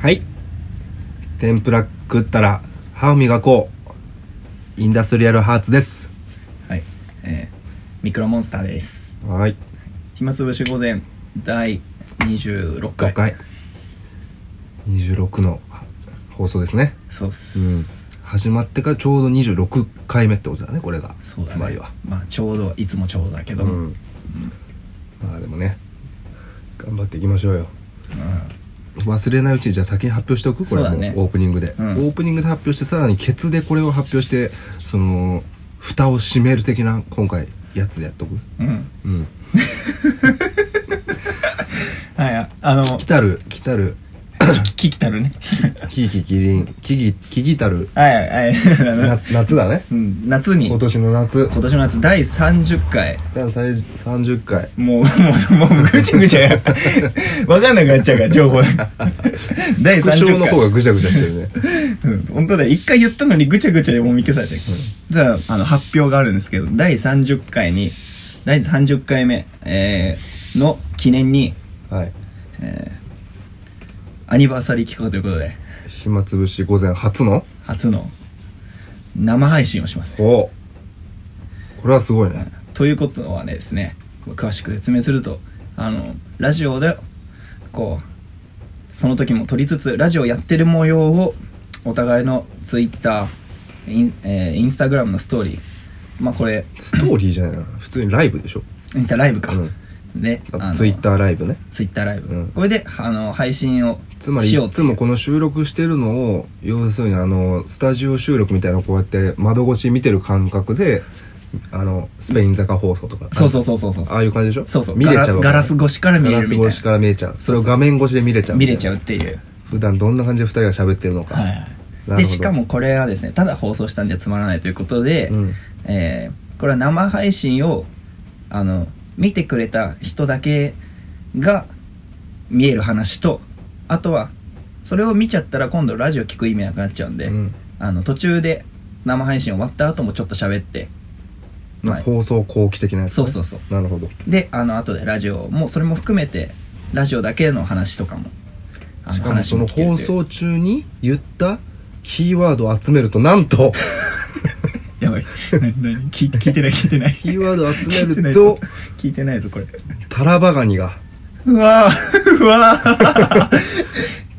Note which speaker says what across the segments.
Speaker 1: はい天ぷら食ったら歯を磨こうインダストリアルハーツです
Speaker 2: はい、えーミクロモンスターです。
Speaker 1: はい
Speaker 2: 暇つぶし午前第26回。
Speaker 1: 5回、26の放送ですね
Speaker 2: そうっす。
Speaker 1: うん始まってからちょうど26回目ってことだねこれが
Speaker 2: そうだね。
Speaker 1: つまりは
Speaker 2: まあちょうどいつもちょうどだけど、
Speaker 1: う、
Speaker 2: うんん、
Speaker 1: まあでもね頑張っていきましょうよ忘れないうちにじゃあ先に発表しておくこれ
Speaker 2: そう
Speaker 1: も
Speaker 2: だ
Speaker 1: う
Speaker 2: ね
Speaker 1: オープニングで、
Speaker 2: うん
Speaker 1: オープニングで発表してさらにケツでこれを発表してその蓋を閉める的な今回やつでやっとく
Speaker 2: うん、
Speaker 1: うん
Speaker 2: はいああの
Speaker 1: 来たる来たる
Speaker 2: 切ったるね。
Speaker 1: キキキリンキギキギたる
Speaker 2: はいはい あ
Speaker 1: な
Speaker 2: の。
Speaker 1: 夏だね
Speaker 2: うん夏に
Speaker 1: 今
Speaker 2: 今
Speaker 1: 年の夏
Speaker 2: 年の夏第30回。
Speaker 1: 第30回
Speaker 2: もう、もう、もう、ぐちゃぐちゃや。 わかんなくなっちゃうから、 情報。第
Speaker 1: 副賞
Speaker 2: 30
Speaker 1: の
Speaker 2: 回
Speaker 1: 方。がぐちゃぐちゃしてる ね
Speaker 2: うん、本当だよ一回言ったのにぐちゃぐちゃでもみ消されてる、じゃああの発表があるんですけど第30回に第30回目、えーの記念に
Speaker 1: はい
Speaker 2: アニバーサリー企画ということで
Speaker 1: 暇つぶし午前初の
Speaker 2: 初の生配信をします、
Speaker 1: おうこれはすごいね
Speaker 2: ということはねですね詳しく説明するとあのラジオでこうその時も撮りつつラジオやってる模様をお互いのツイッターイン,、えーインスタグラムのストーリーまあこれ
Speaker 1: ストーリーじゃないな普通にライブでしょ
Speaker 2: インスタライブか、
Speaker 1: うん
Speaker 2: で
Speaker 1: ツイッターライブね
Speaker 2: ツイッターライブ、
Speaker 1: うん
Speaker 2: これであの配信を
Speaker 1: つまり
Speaker 2: しよう
Speaker 1: い
Speaker 2: っ
Speaker 1: つ
Speaker 2: ていう
Speaker 1: もこの収録してるのを要するにあのスタジオ収録みたいなのをこうやって窓越し見てる感覚であのスペイン坂放送とか
Speaker 2: そうそうそうそうそう
Speaker 1: ああいう感じでしょ
Speaker 2: そうそう
Speaker 1: 見れちゃうわけ
Speaker 2: ガラガラス越しから見れるみたいな
Speaker 1: ガラス越しから見れちゃうそれを画面越しで見れちゃう
Speaker 2: 見れちゃう
Speaker 1: う
Speaker 2: っていう、
Speaker 1: 普段どんな感じで2人が喋ってるのか、なるほど
Speaker 2: でしかもこれはですねただ放送したんじゃつまらないということで、
Speaker 1: うん
Speaker 2: えーこれは生配信をあの見てくれた人だけが見える話とあとはそれを見ちゃったら今度ラジオ聞く意味なくなっちゃうんで、
Speaker 1: うん
Speaker 2: あの途中で生配信終わった後もちょっと喋って、
Speaker 1: まあ放送後期的なやつ、ね、
Speaker 2: そうそうそう
Speaker 1: なるほど
Speaker 2: であの後でラジオもそれも含めてラジオだけの話とかもあ
Speaker 1: しかもその
Speaker 2: 話も
Speaker 1: 放
Speaker 2: 聞けるという
Speaker 1: 送中に言ったキーワードを集めるとな んと
Speaker 2: やばい何何聞い聞いてない聞いてない
Speaker 1: キーワードを集め
Speaker 2: 聞いてな
Speaker 1: る
Speaker 2: いぞ
Speaker 1: と
Speaker 2: 聞いてないぞこれ
Speaker 1: タラバガニが
Speaker 2: うわーうわー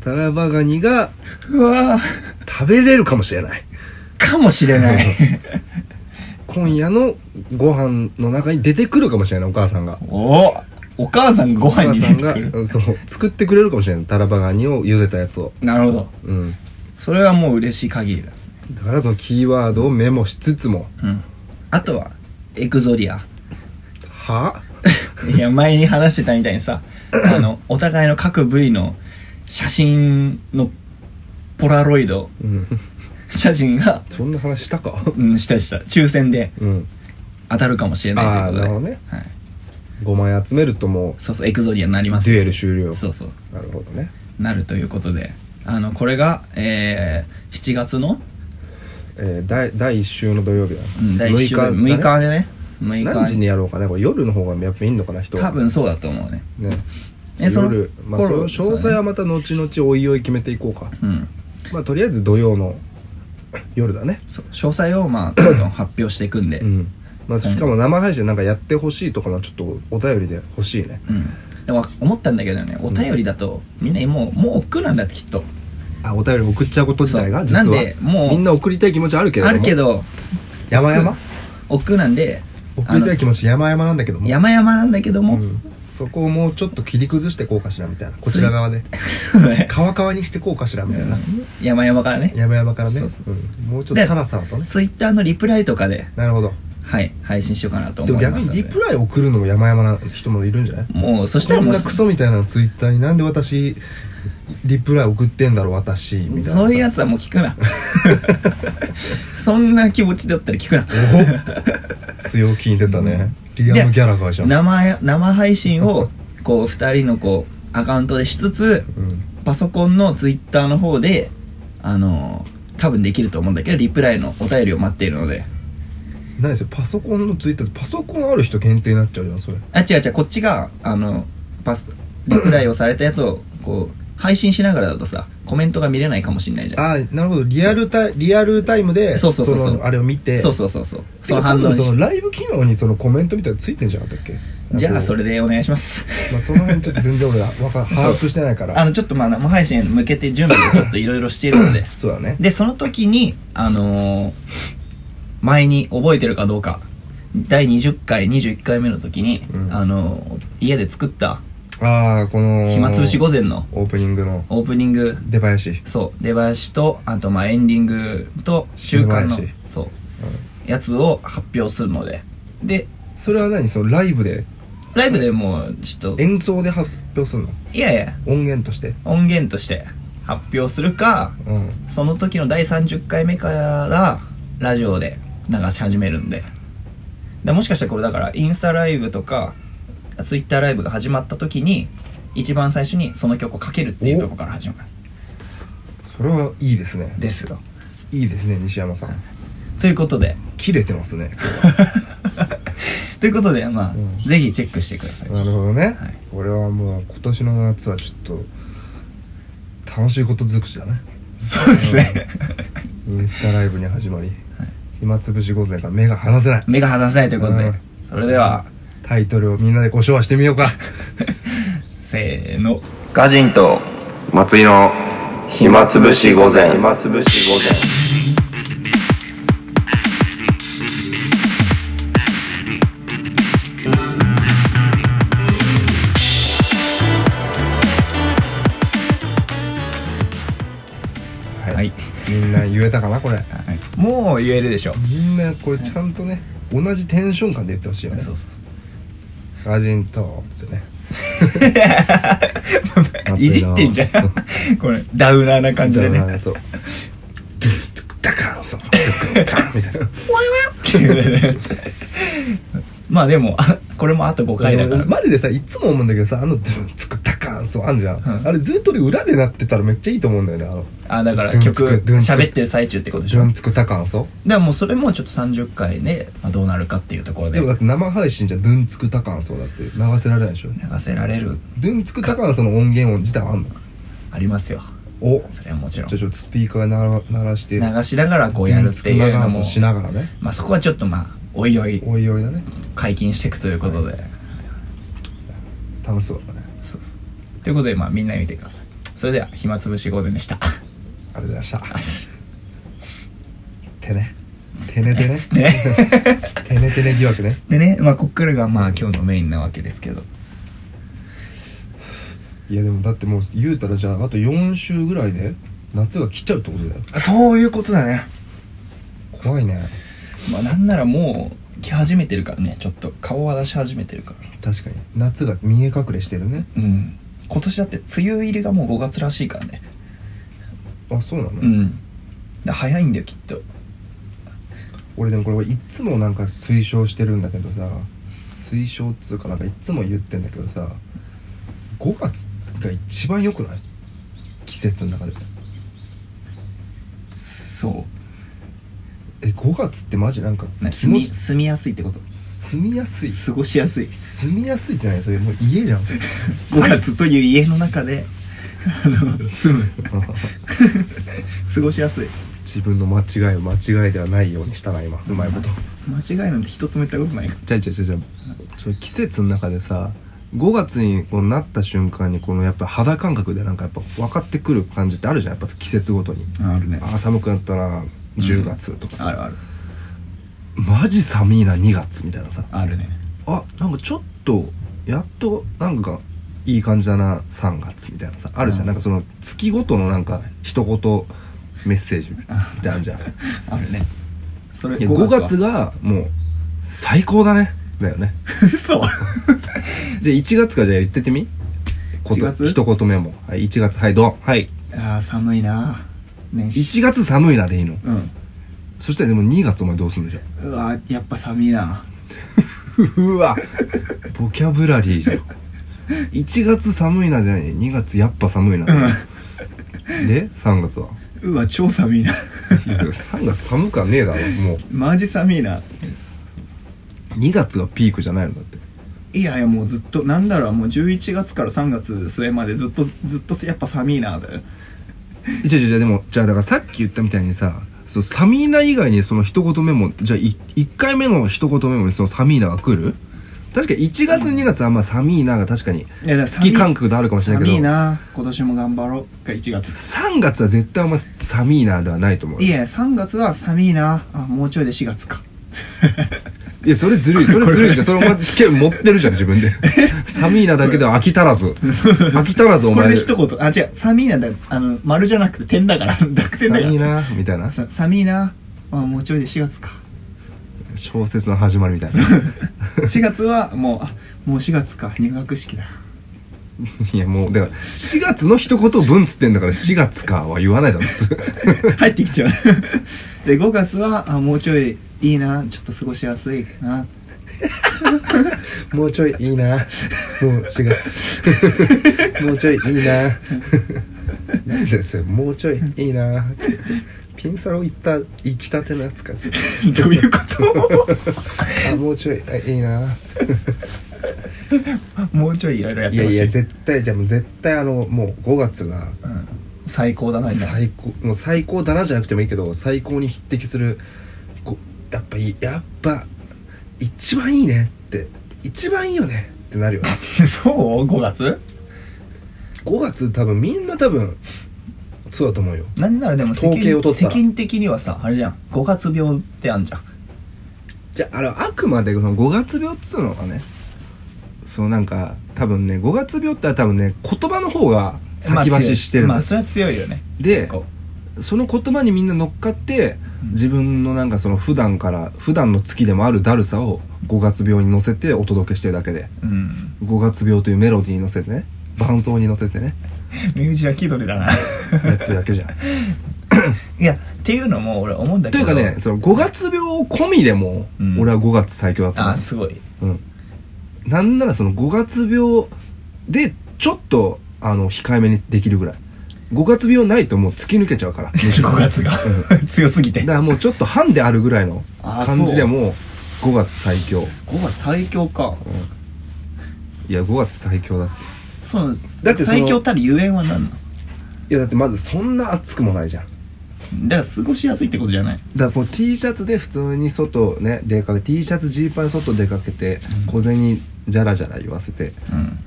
Speaker 1: タラバガニが
Speaker 2: うわー
Speaker 1: 食べれるかもしれない
Speaker 2: かもしれ ない
Speaker 1: 今夜のご飯の中に出てくるかもしれないお母さんが
Speaker 2: おお母さんがご
Speaker 1: お母
Speaker 2: 飯に
Speaker 1: さ
Speaker 2: 出
Speaker 1: ん
Speaker 2: て
Speaker 1: が
Speaker 2: くる
Speaker 1: うんそう作ってくれるかもしれないタラバガニを茹でたやつを
Speaker 2: なるほど
Speaker 1: うん
Speaker 2: それはもう嬉しい限りだ、
Speaker 1: だからそのキーワードをメモしつつも
Speaker 2: うん、あとはエクゾリア
Speaker 1: はい
Speaker 2: や前に話してたみたいにさあのお互いの各部位の写真のポラロイド
Speaker 1: うん
Speaker 2: 写真が、
Speaker 1: そんな話したか
Speaker 2: うん、したした抽選で
Speaker 1: うん
Speaker 2: 当たるかもしれないということで
Speaker 1: あーなるほどね
Speaker 2: はい、
Speaker 1: 5枚集めるとも
Speaker 2: そうそうエクゾリアになり
Speaker 1: う
Speaker 2: ます
Speaker 1: デュエル終了
Speaker 2: そうそう
Speaker 1: なるほどね
Speaker 2: なるということであのこれが、えー、7月の、
Speaker 1: えー第第1週の土曜日だな、
Speaker 2: うん、第1週
Speaker 1: だね
Speaker 2: 6日でね6日
Speaker 1: 何時にやろうかねこれ夜の方がやっぱいいのかな人は
Speaker 2: 多分そうだと思うね
Speaker 1: ね
Speaker 2: えその
Speaker 1: 夜、まあ、それを
Speaker 2: 頃
Speaker 1: 詳細はまた後々おいおい決めていこうか
Speaker 2: うん
Speaker 1: まあとりあえず土曜の夜だね
Speaker 2: そう詳細をまあどんどん発表していくんで、
Speaker 1: うん、まあ、しかも生配信なんかやってほしいとかのちょっとお便りで欲しいね
Speaker 2: うん、でも思ったんだけどねお便りだとみんなもうもう億劫なんだってきっと
Speaker 1: あお便り送っちゃうこと自体が実
Speaker 2: そう
Speaker 1: は
Speaker 2: なんでもう
Speaker 1: みんな送りたい気持ちあるけれど
Speaker 2: あ
Speaker 1: も
Speaker 2: るけど
Speaker 1: 山々
Speaker 2: 億劫なんで
Speaker 1: 送りたい気持
Speaker 2: ち
Speaker 1: ち山々なんだけども
Speaker 2: 山々なんだけども、
Speaker 1: うんそこをもうちょっと切り崩してこうかしらみたいなこちら 側で川川にしてこうかしらみたいな
Speaker 2: 山々からね
Speaker 1: 山々からね
Speaker 2: そうそうそ
Speaker 1: うんもうちょっと
Speaker 2: で
Speaker 1: さらさらとね
Speaker 2: ツイッターのリプライとかで
Speaker 1: なるほど
Speaker 2: はい配信しようかなと思
Speaker 1: で
Speaker 2: い
Speaker 1: も
Speaker 2: ます
Speaker 1: 逆にリプライ送るのも山々な人もいるんじゃない
Speaker 2: もうそした
Speaker 1: こ
Speaker 2: ら
Speaker 1: ん
Speaker 2: もう
Speaker 1: なクソみたいなツイッターになんで私リプライ送ってんだろう私みたいなさ
Speaker 2: そういうやつはもう聞く なそんな気持ちだったら聞くな
Speaker 1: お強気に出たね、リアムギャラガーじゃん、
Speaker 2: 生生配信をこう2人のこうアカウントでしつつ
Speaker 1: うん、
Speaker 2: パソコンのツイッターの方であのー多分できると思うんだけどリプライのお便りを待っているので
Speaker 1: 何それパソコンのツイッターパソコンある人限定になっちゃうじゃんそれ
Speaker 2: あ違う違うこっちがあのパスリプライをされたやつをこう配信しながらだとさコメントが見れないかもしれないじゃん
Speaker 1: あーなるほどリアルタイリアルタイムで
Speaker 2: そうそうそうそう
Speaker 1: のあれを見て
Speaker 2: そうそうそうそう
Speaker 1: て
Speaker 2: そ
Speaker 1: か
Speaker 2: の反応
Speaker 1: 多分
Speaker 2: に
Speaker 1: そのライブ機能にそのコメントみたいなのついてんじゃなかったっけ
Speaker 2: じゃあそ
Speaker 1: れ、
Speaker 2: れでお願いします
Speaker 1: まあ、その辺ちょっと全然俺は わか把握してないから
Speaker 2: あのちょっとまあ生配信へ向けて準備をちょっといろいろしているので
Speaker 1: そうだね
Speaker 2: でその時にあのー前に覚えてるかどうか第20回21回目の時に、
Speaker 1: うん
Speaker 2: あのー家で作った
Speaker 1: ああこの
Speaker 2: 暇つぶし午前の
Speaker 1: オープニングの
Speaker 2: オープニング
Speaker 1: 出囃子、
Speaker 2: そう出囃子とあとまあエンディングと週間の
Speaker 1: 出囃
Speaker 2: そう
Speaker 1: うん
Speaker 2: やつを発表するのでで
Speaker 1: それは何そのライブで
Speaker 2: ライブでもうちょっと
Speaker 1: 演奏で発表するの
Speaker 2: いやいや
Speaker 1: 音源として
Speaker 2: 音源として発表するか
Speaker 1: うん
Speaker 2: その時の第30回目からラジオで流し始めるんででもしかしたらこれだからインスタライブとかツイッターライブが始まった時に一番最初にその曲をかけるっていうところから始まる
Speaker 1: それはいいですね
Speaker 2: ですよ
Speaker 1: いいですね西山さん
Speaker 2: ということで
Speaker 1: 切れてますね
Speaker 2: ということでまあ、
Speaker 1: うん
Speaker 2: ぜひチェックしてください
Speaker 1: なるほどね、
Speaker 2: はい
Speaker 1: これはもう今年の夏はちょっと楽しいこと尽くしだね
Speaker 2: そうですね
Speaker 1: インスタライブに始まり、暇つぶし午前から目が離せない
Speaker 2: 目が離せないということで、
Speaker 1: うん
Speaker 2: それでは
Speaker 1: タイトルをみんなでご唱和してみようか
Speaker 2: せーのガジンと
Speaker 1: 松井の
Speaker 2: 暇つぶし午前
Speaker 1: 暇つぶし午前
Speaker 2: は
Speaker 1: はいい、みんな言えたかなこれ
Speaker 2: もう言えるでしょ
Speaker 1: みんなこれちゃんとね同じテンション感で言ってほしいよね
Speaker 2: そうそう
Speaker 1: ガジンとっつってね
Speaker 2: いじってんじゃんこれダウナーな感じでね
Speaker 1: そうドゥッドゥッダカンそうドゥッドゥッダカンみたいな
Speaker 2: っていうね まあでもあこれもあと5回だから、
Speaker 1: マジでさいつも思うんだけどさあのドゥンツクダカンそうあんじゃん、
Speaker 2: うん
Speaker 1: あれずっと俺裏でなってたらめっちゃいいと思うんだよねあの
Speaker 2: あだから曲
Speaker 1: ドゥンツクドゥンツク
Speaker 2: 喋ってる最中ってこと
Speaker 1: ド
Speaker 2: でしょ
Speaker 1: ゥンツクダカンそう
Speaker 2: でももうそれもちょっと30回で、まあ、どうなるかっていうところで
Speaker 1: でもだ
Speaker 2: 流
Speaker 1: って生配信じゃドゥンツクダカンそうだって流せられないでしょ
Speaker 2: せられる
Speaker 1: ドゥンツクダカンその音源音自体はあんの
Speaker 2: ありますよ
Speaker 1: お
Speaker 2: それはもちろん
Speaker 1: じゃあちょっとスピーカーなら鳴らして
Speaker 2: 流しながらこ
Speaker 1: ド
Speaker 2: うや
Speaker 1: ゥ
Speaker 2: る
Speaker 1: ン
Speaker 2: っ
Speaker 1: ツ
Speaker 2: て
Speaker 1: ク
Speaker 2: いう
Speaker 1: ダカ
Speaker 2: の
Speaker 1: ンそ
Speaker 2: も
Speaker 1: うしながらね
Speaker 2: まあそこはちょっとまあおいおい
Speaker 1: おいおいだね
Speaker 2: 解禁していくということで、
Speaker 1: 楽しそうだね
Speaker 2: そうそうということでまあみんな見てくださいそれでは暇つぶしゴールデンでした
Speaker 1: ありがとうございましたてねて ねてね
Speaker 2: ね
Speaker 1: てねてね疑惑ね
Speaker 2: でねまあこっからがまあ今日のメインなわけですけど
Speaker 1: いやでもだってもう言うたらじゃああと4週ぐらいで夏が来ちゃうってことだよ
Speaker 2: そういうことだね
Speaker 1: 怖いね
Speaker 2: まあなんならもう来始めてるからねちょっと顔は出し始めてるから
Speaker 1: 確かに夏が見え隠れしてるね
Speaker 2: うん今年だって梅雨入りがもう5月らしいからね
Speaker 1: あそうなの、
Speaker 2: んで早いんだよきっと
Speaker 1: 俺でもこれいつもなんか推奨してるんだけどさ推奨っつうかなんかいつも言ってんだけどさ5月が一番良くない季節の中で
Speaker 2: そ
Speaker 1: え5月ってマジなんか
Speaker 2: う、ね、
Speaker 1: 気
Speaker 2: 住
Speaker 1: 持
Speaker 2: み
Speaker 1: ち
Speaker 2: 住みやすいってこと
Speaker 1: 住みやすい
Speaker 2: 過ごしやすい
Speaker 1: 住みやすいってないそれもう家じゃん
Speaker 2: 5月という家の中 であの住 む過ごしやすい
Speaker 1: 自分の間違いを間違いではないようにしたな今うまいこと
Speaker 2: 間違いなんて一つも言ったことないか
Speaker 1: じゃあじゃあじゃあじゃあその季節の中でさ5月にこうなった瞬間にこのやっぱ肌感覚でなんかやっぱ分かってくる感じってあるじゃんやっぱ季節ごとに
Speaker 2: らあるね
Speaker 1: あー寒くなったな10月とか
Speaker 2: あ
Speaker 1: さ、
Speaker 2: るある
Speaker 1: マジ寒いな2月みたいなさ
Speaker 2: あるね
Speaker 1: あなんかちょっとやっとなんかいい感じだな3月みたいなさあるじゃん、
Speaker 2: うん
Speaker 1: なんかその月ごとのなんか一言メッセージみたいなのあるじゃん
Speaker 2: あるねそれ
Speaker 1: いや5月
Speaker 2: は
Speaker 1: がもう最高だねだよね
Speaker 2: 嘘
Speaker 1: じゃあ1月からじゃあ言ってってみこと
Speaker 2: 1月
Speaker 1: 一言目もはい1月はいドンはい
Speaker 2: ああ寒いな年
Speaker 1: 1月寒いなでいいの
Speaker 2: うん
Speaker 1: そしたらでも2月お前どうすんのじゃん
Speaker 2: うわやっぱ寒いな
Speaker 1: うわボキャブラリーじゃん1月寒いなじゃない2月やっぱ寒いな、で3月 は
Speaker 2: うわ超寒いない
Speaker 1: や3月寒くはねえだろもう
Speaker 2: マジ寒いな
Speaker 1: 2月がピークじゃないのだって
Speaker 2: いやいやもうずっとなんだろうもう11月から3月末までずっとずっとやっぱ寒いなだよ
Speaker 1: じゃじゃでもじゃあだからさっき言ったみたいにさそのサミーナ以外にその一言目もじゃあ1回目の一言目もそのサミーナが来る確かに1月2月はまあサミーナが確かに
Speaker 2: いやだ
Speaker 1: 好き感覚であるかもしれないけ
Speaker 2: 寒い
Speaker 1: ど
Speaker 2: な今年も頑張ろうが1月
Speaker 1: 3月は絶対あんまサミーナではないと思う
Speaker 2: い
Speaker 1: い
Speaker 2: や3月は寒いなあもうちょいで4月か
Speaker 1: やそれず るいそれずるいじゃんそれお前剣持ってるじゃん自分でサミーナだけでは飽き 足らず飽き足らずお
Speaker 2: これ
Speaker 1: 前
Speaker 2: で一言あ違う寒いなだあの丸じゃなくて点だから 濁点だ
Speaker 1: サミー
Speaker 2: か
Speaker 1: ナみたいな
Speaker 2: らさ寒いなあもうちょいで4月か
Speaker 1: 小説の始まりみたいな
Speaker 2: 4月はもうあもう4月か入学式だ
Speaker 1: いやもうだから4月の一言分っつってんだから4月かは言わないだろ普通
Speaker 2: 入ってきちゃう で5月はあもうちょいいいなちょっと過ごしやすい な
Speaker 1: もうちょいいいなもう4月もうちょいい いななんでそれもうちょいいいなピンサロ行った行きたてのやつかそれ
Speaker 2: どういうこ
Speaker 1: あもうちょいあいいな
Speaker 2: と もうちょいいろいろやっ
Speaker 1: い
Speaker 2: て
Speaker 1: や
Speaker 2: ほし
Speaker 1: い
Speaker 2: い
Speaker 1: や絶対じゃあもう絶対あのもう5月が
Speaker 2: うん最高だな今
Speaker 1: 最高もう最高だなじゃなくてもいいけど最高に匹敵するこうやっぱいいやっぱ一番いいねって一番いいよねってなるよね
Speaker 2: そう5月
Speaker 1: 5月多分みんな多分そうだと思うよ
Speaker 2: なんならでも世間
Speaker 1: 統計を取った
Speaker 2: 世
Speaker 1: ら
Speaker 2: 間的にはさあれじゃん5月病ってあんじゃん
Speaker 1: じゃああれはあくまでその5月病っつうのがねそうなんか多分ね5月病って多分ね言葉の方が先
Speaker 2: まあ強い
Speaker 1: 走してるん
Speaker 2: まあ
Speaker 1: です、
Speaker 2: それは強いよね
Speaker 1: で
Speaker 2: こ
Speaker 1: その言葉にみんな乗っかって
Speaker 2: うん
Speaker 1: 自分のなんかその普段から普段の月でもあるだるさを5月病に乗せてお届けしてるだけで
Speaker 2: ううん
Speaker 1: 5月病というメロディーに乗せてね伴奏に乗せてね
Speaker 2: 身内は気取り だな
Speaker 1: やってるだ けじゃん。
Speaker 2: いやっていうのも俺思うんだ
Speaker 1: と
Speaker 2: け
Speaker 1: いう
Speaker 2: ど
Speaker 1: かねその5月病込みでも
Speaker 2: うん
Speaker 1: 俺は5月最強だった
Speaker 2: あすごい
Speaker 1: うん、なんならその5月病でちょっとあの控えめにできるぐらい5月病ないともう突き抜けちゃ うからむしろ
Speaker 2: 5月が 強すぎて
Speaker 1: だからもうちょっと半であるぐらいの
Speaker 2: あー
Speaker 1: 感じでも5月最強
Speaker 2: 5月最強か
Speaker 1: いや5月最強だって
Speaker 2: そうなんです
Speaker 1: だってその
Speaker 2: 最強たるゆえんは何なの
Speaker 1: いやだってまずそんな暑くもないじゃん
Speaker 2: だから過ごしやすいってことじゃない
Speaker 1: だからこう T シャツで普通に外ね出かけ T シャツジーパン外出かけて
Speaker 2: うん
Speaker 1: 小銭じゃらじゃら言わせて
Speaker 2: うん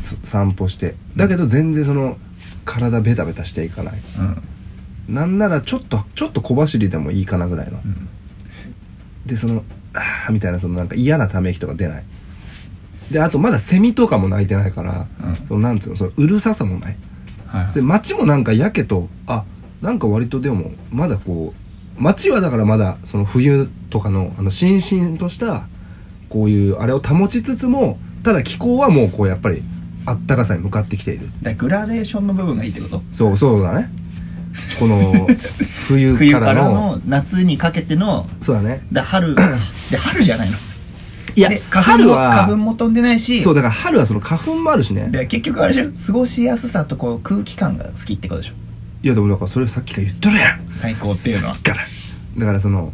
Speaker 1: さ散歩してだけど全然その体ベタベタしていかない
Speaker 2: うん
Speaker 1: なんならちょっとちょっと小走りでもいいかなぐらいの
Speaker 2: うん
Speaker 1: でその「あー」みたいなそのなんか嫌なため息とか出ないであとまだセミとかも鳴いてないから、
Speaker 2: うん
Speaker 1: そのなんつうのそのうるささもない
Speaker 2: はい
Speaker 1: で街もなんかやけとあなんか割とでもまだこう街はだからまだその冬とかのあのしんしんとしたこういうあれを保ちつつもただ気候はもうこうやっぱりあったかさに向かってきている
Speaker 2: だからグラデーションの部分がいいってこと
Speaker 1: そうそうだね この冬
Speaker 2: 冬
Speaker 1: か
Speaker 2: からら
Speaker 1: の
Speaker 2: の夏にかけての
Speaker 1: そうだね
Speaker 2: だ 春で春じゃないの
Speaker 1: いや
Speaker 2: で花粉
Speaker 1: 春
Speaker 2: も
Speaker 1: は
Speaker 2: 花粉も飛んでないし
Speaker 1: そうだから春はその花粉もあるしね
Speaker 2: で結局あれじゃん過ごしやすさとこう空気感が好きってことでしょ
Speaker 1: いやでもだからそれさっきから言っとるやん
Speaker 2: 最高っていうのは
Speaker 1: だからだからその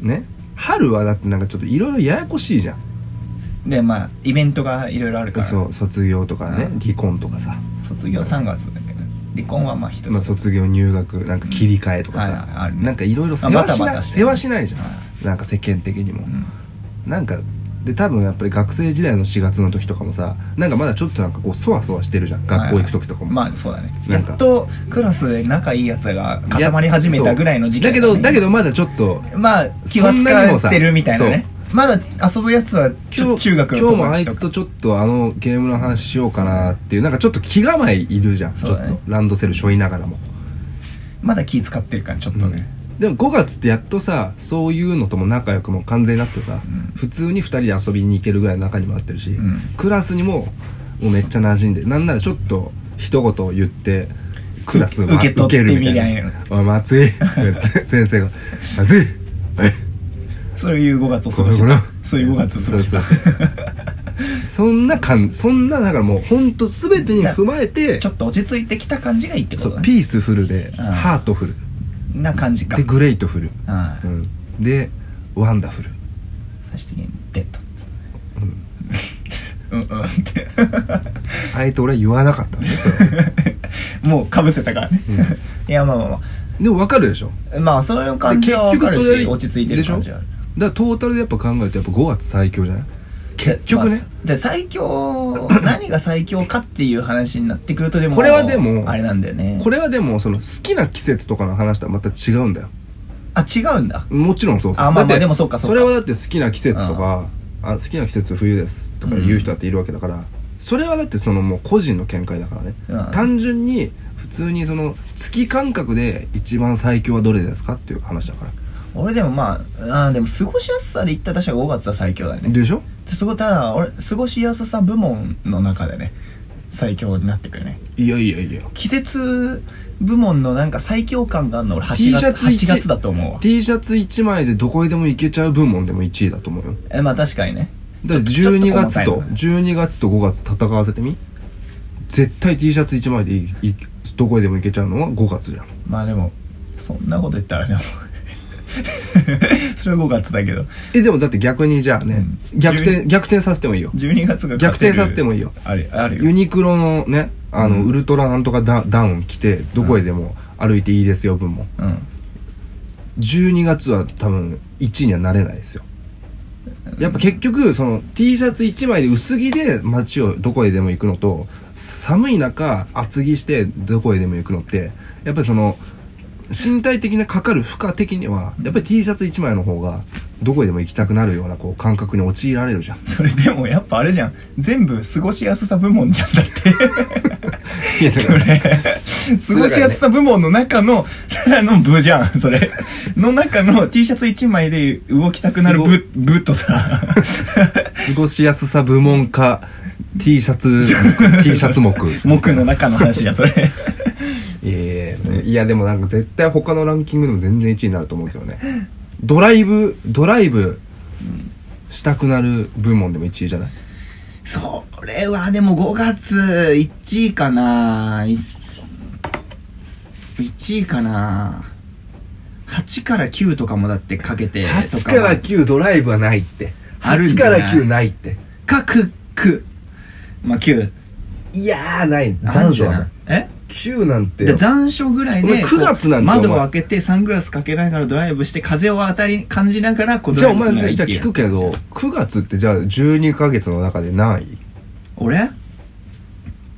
Speaker 1: ね春はだってなんかちょっといろいろややこしいじゃん
Speaker 2: でまあイベントがいろいろあるから
Speaker 1: そう卒業とかね、
Speaker 2: うん
Speaker 1: 離婚とかさ、
Speaker 2: 卒業3月だけどね離婚はまあ一つ、
Speaker 1: まあ、卒業入学なんか切り替えとか
Speaker 2: うんはいはいあ
Speaker 1: さ、
Speaker 2: るね
Speaker 1: なんかいろいろ世
Speaker 2: あバ
Speaker 1: 話
Speaker 2: タ
Speaker 1: し
Speaker 2: バ
Speaker 1: な
Speaker 2: タ
Speaker 1: い
Speaker 2: して
Speaker 1: 世話しないじゃん、
Speaker 2: は
Speaker 1: なんか世間的にも、
Speaker 2: うん
Speaker 1: なんかで多分やっぱり学生時代の4月の時とかもさなんかまだちょっとなんかこうそわそわしてるじゃん学校行く時とかも、
Speaker 2: まあそうだね
Speaker 1: な
Speaker 2: や
Speaker 1: んか
Speaker 2: っとクラスで仲いいやつが固まり始めたぐらいの時期
Speaker 1: だけどだけ
Speaker 2: ど
Speaker 1: どまだちょっと
Speaker 2: まあ気は
Speaker 1: そんなに
Speaker 2: 使
Speaker 1: もさ
Speaker 2: ってるみたいなねまだ遊ぶやつはちょ
Speaker 1: 今日
Speaker 2: 中学の
Speaker 1: 今日も
Speaker 2: 友
Speaker 1: あい
Speaker 2: 達と
Speaker 1: つ
Speaker 2: か
Speaker 1: とちょっとあのゲームの話しようかなっていうなんかちょっと気構えいるじゃん、ち
Speaker 2: そ
Speaker 1: ょ
Speaker 2: うだ
Speaker 1: っ
Speaker 2: ね
Speaker 1: とランドセル背負いながらも、
Speaker 2: まだ気使ってるからちょっとね、
Speaker 1: でも5月ってやっとさそういうのとも仲良くも完全になってさ、
Speaker 2: うん
Speaker 1: 普通に2人で遊びに行けるぐらいの仲にもなってるし、
Speaker 2: ん
Speaker 1: クラスにももうめっちゃ馴染んでなんならちょっと一言言ってクラス
Speaker 2: 受け取ってみりゃ
Speaker 1: い
Speaker 2: いいの
Speaker 1: おい松 井って先生が「松井え
Speaker 2: そういう5月を過ごし
Speaker 1: これ
Speaker 2: た
Speaker 1: これ
Speaker 2: そういう5月を過ごした
Speaker 1: そうそんな感そんなだからもうほんと全てに踏まえて
Speaker 2: ちょっと落ち着いてきた感じがいいってこ
Speaker 1: そ
Speaker 2: とだ
Speaker 1: う
Speaker 2: ね
Speaker 1: ピースフル
Speaker 2: う
Speaker 1: で、
Speaker 2: ん
Speaker 1: ハートフル
Speaker 2: な感じか
Speaker 1: でグレートフル、
Speaker 2: ああ
Speaker 1: うん、でワンダフル、
Speaker 2: 最終的にデッド
Speaker 1: うん
Speaker 2: うんうんって
Speaker 1: あえて俺は言わなかった んですよ
Speaker 2: もうかぶせたからね、
Speaker 1: うん
Speaker 2: いやまあまあま
Speaker 1: でも分かるでしょ
Speaker 2: あまあその感じはわ
Speaker 1: 結
Speaker 2: か
Speaker 1: 局
Speaker 2: る
Speaker 1: それ
Speaker 2: し落ち着いてる感じはある
Speaker 1: だからトータルでやっぱ考えるとやっぱ5月最強じゃない結局ね
Speaker 2: まあで最 強何が最強かっていう話になってくるとでも
Speaker 1: これはでも
Speaker 2: あれなんだよね
Speaker 1: これはでもその好きな季節とかの話とはまた違うんだよ
Speaker 2: あ違うんだ
Speaker 1: もちろんそうさ
Speaker 2: あまあまあ
Speaker 1: だって
Speaker 2: でもそうかそうか
Speaker 1: れはだって好きな季節とかあ好きな季節冬ですとか言う人だっているわけだから、それはだってそのもう個人の見解だからね、
Speaker 2: うん
Speaker 1: 単純に普通にその月感覚で一番最強はどれですかっていう話だから、
Speaker 2: 俺でもまああーでも過ごしやすさで言ったら確か5月は最強だね
Speaker 1: でしょ
Speaker 2: そこただ俺過ごしやすさ部門の中でね最強になってくるね
Speaker 1: いやいやいや
Speaker 2: 季節部門のなんか最強感があるの俺8
Speaker 1: T シャ
Speaker 2: 月
Speaker 1: ツ一
Speaker 2: 8月だと思うわ
Speaker 1: T シャツ1枚でどこへでも行けちゃう部門でも1位だと思うよ
Speaker 2: えまあ確かにね
Speaker 1: だって
Speaker 2: ちょっと
Speaker 1: 12月
Speaker 2: ちょっと
Speaker 1: と
Speaker 2: 重たい
Speaker 1: 12月と5月戦わせてみ絶対 T シャツ1枚でいいどこへでも行けちゃうのは5月じゃん
Speaker 2: まあでもそんなこと言ったらでも それは5月だけど
Speaker 1: えでもだって逆にじゃあね、
Speaker 2: うん
Speaker 1: 逆転逆転させてもいいよ
Speaker 2: 12月が勝てる
Speaker 1: 逆転させてもいいよ
Speaker 2: あれある
Speaker 1: ユ
Speaker 2: よ
Speaker 1: ニクロのねあの、
Speaker 2: うん
Speaker 1: ウルトラなんとかダダウン着てどこへでも歩いていいですよ分も
Speaker 2: うん
Speaker 1: 12月は多分1位にはなれないですよやっぱ結局その T シャツ1枚で薄着で街をどこへでも行くのと寒い中厚着してどこへでも行くのってやっぱりその身体的なかかる負荷的にはやっぱり T シャツ1枚の方がどこへでも行きたくなるようなこう感覚に陥られるじゃん
Speaker 2: それでもやっぱあれじゃん全部過ごしやすさ部門じゃんだ って
Speaker 1: いやだ
Speaker 2: そ
Speaker 1: から
Speaker 2: れ過ごしやすさ部門の中のただの部じゃんそれの中の T シャツ1枚で動きたくなる
Speaker 1: すご
Speaker 2: 部部と さ
Speaker 1: 過ごしやすさ部門か T シャツ T シャツ目
Speaker 2: 木の中の話じゃんそれ
Speaker 1: いやいやいやいやでもなんか絶対他のランキングでも全然1位になると思うけどねドライブドライブしたくなる部門でも1位じゃない
Speaker 2: それはでも5月1位かな1位かな8から9とかもだってかけて
Speaker 1: 8から9ドライブはないって
Speaker 2: あるん
Speaker 1: 8
Speaker 2: じゃな
Speaker 1: から
Speaker 2: い
Speaker 1: 9ないって
Speaker 2: かくくまあ9
Speaker 1: いやーない
Speaker 2: なん
Speaker 1: 残
Speaker 2: じ
Speaker 1: 暑
Speaker 2: ゃ
Speaker 1: は
Speaker 2: な
Speaker 1: ない
Speaker 2: え
Speaker 1: 9なんて
Speaker 2: で残暑ぐらい
Speaker 1: お前
Speaker 2: で
Speaker 1: 9月なんて
Speaker 2: こう
Speaker 1: お前
Speaker 2: 窓を開けてサングラスかけながらドライブして風を当たり感じながらこう
Speaker 1: じ
Speaker 2: ド
Speaker 1: ゃあ
Speaker 2: ライブす
Speaker 1: お
Speaker 2: るのがい
Speaker 1: 前
Speaker 2: いっ
Speaker 1: じ
Speaker 2: て
Speaker 1: ゃ
Speaker 2: い
Speaker 1: あ
Speaker 2: う
Speaker 1: 聞くけど9月ってじゃあ12ヶ月の中で何位
Speaker 2: 俺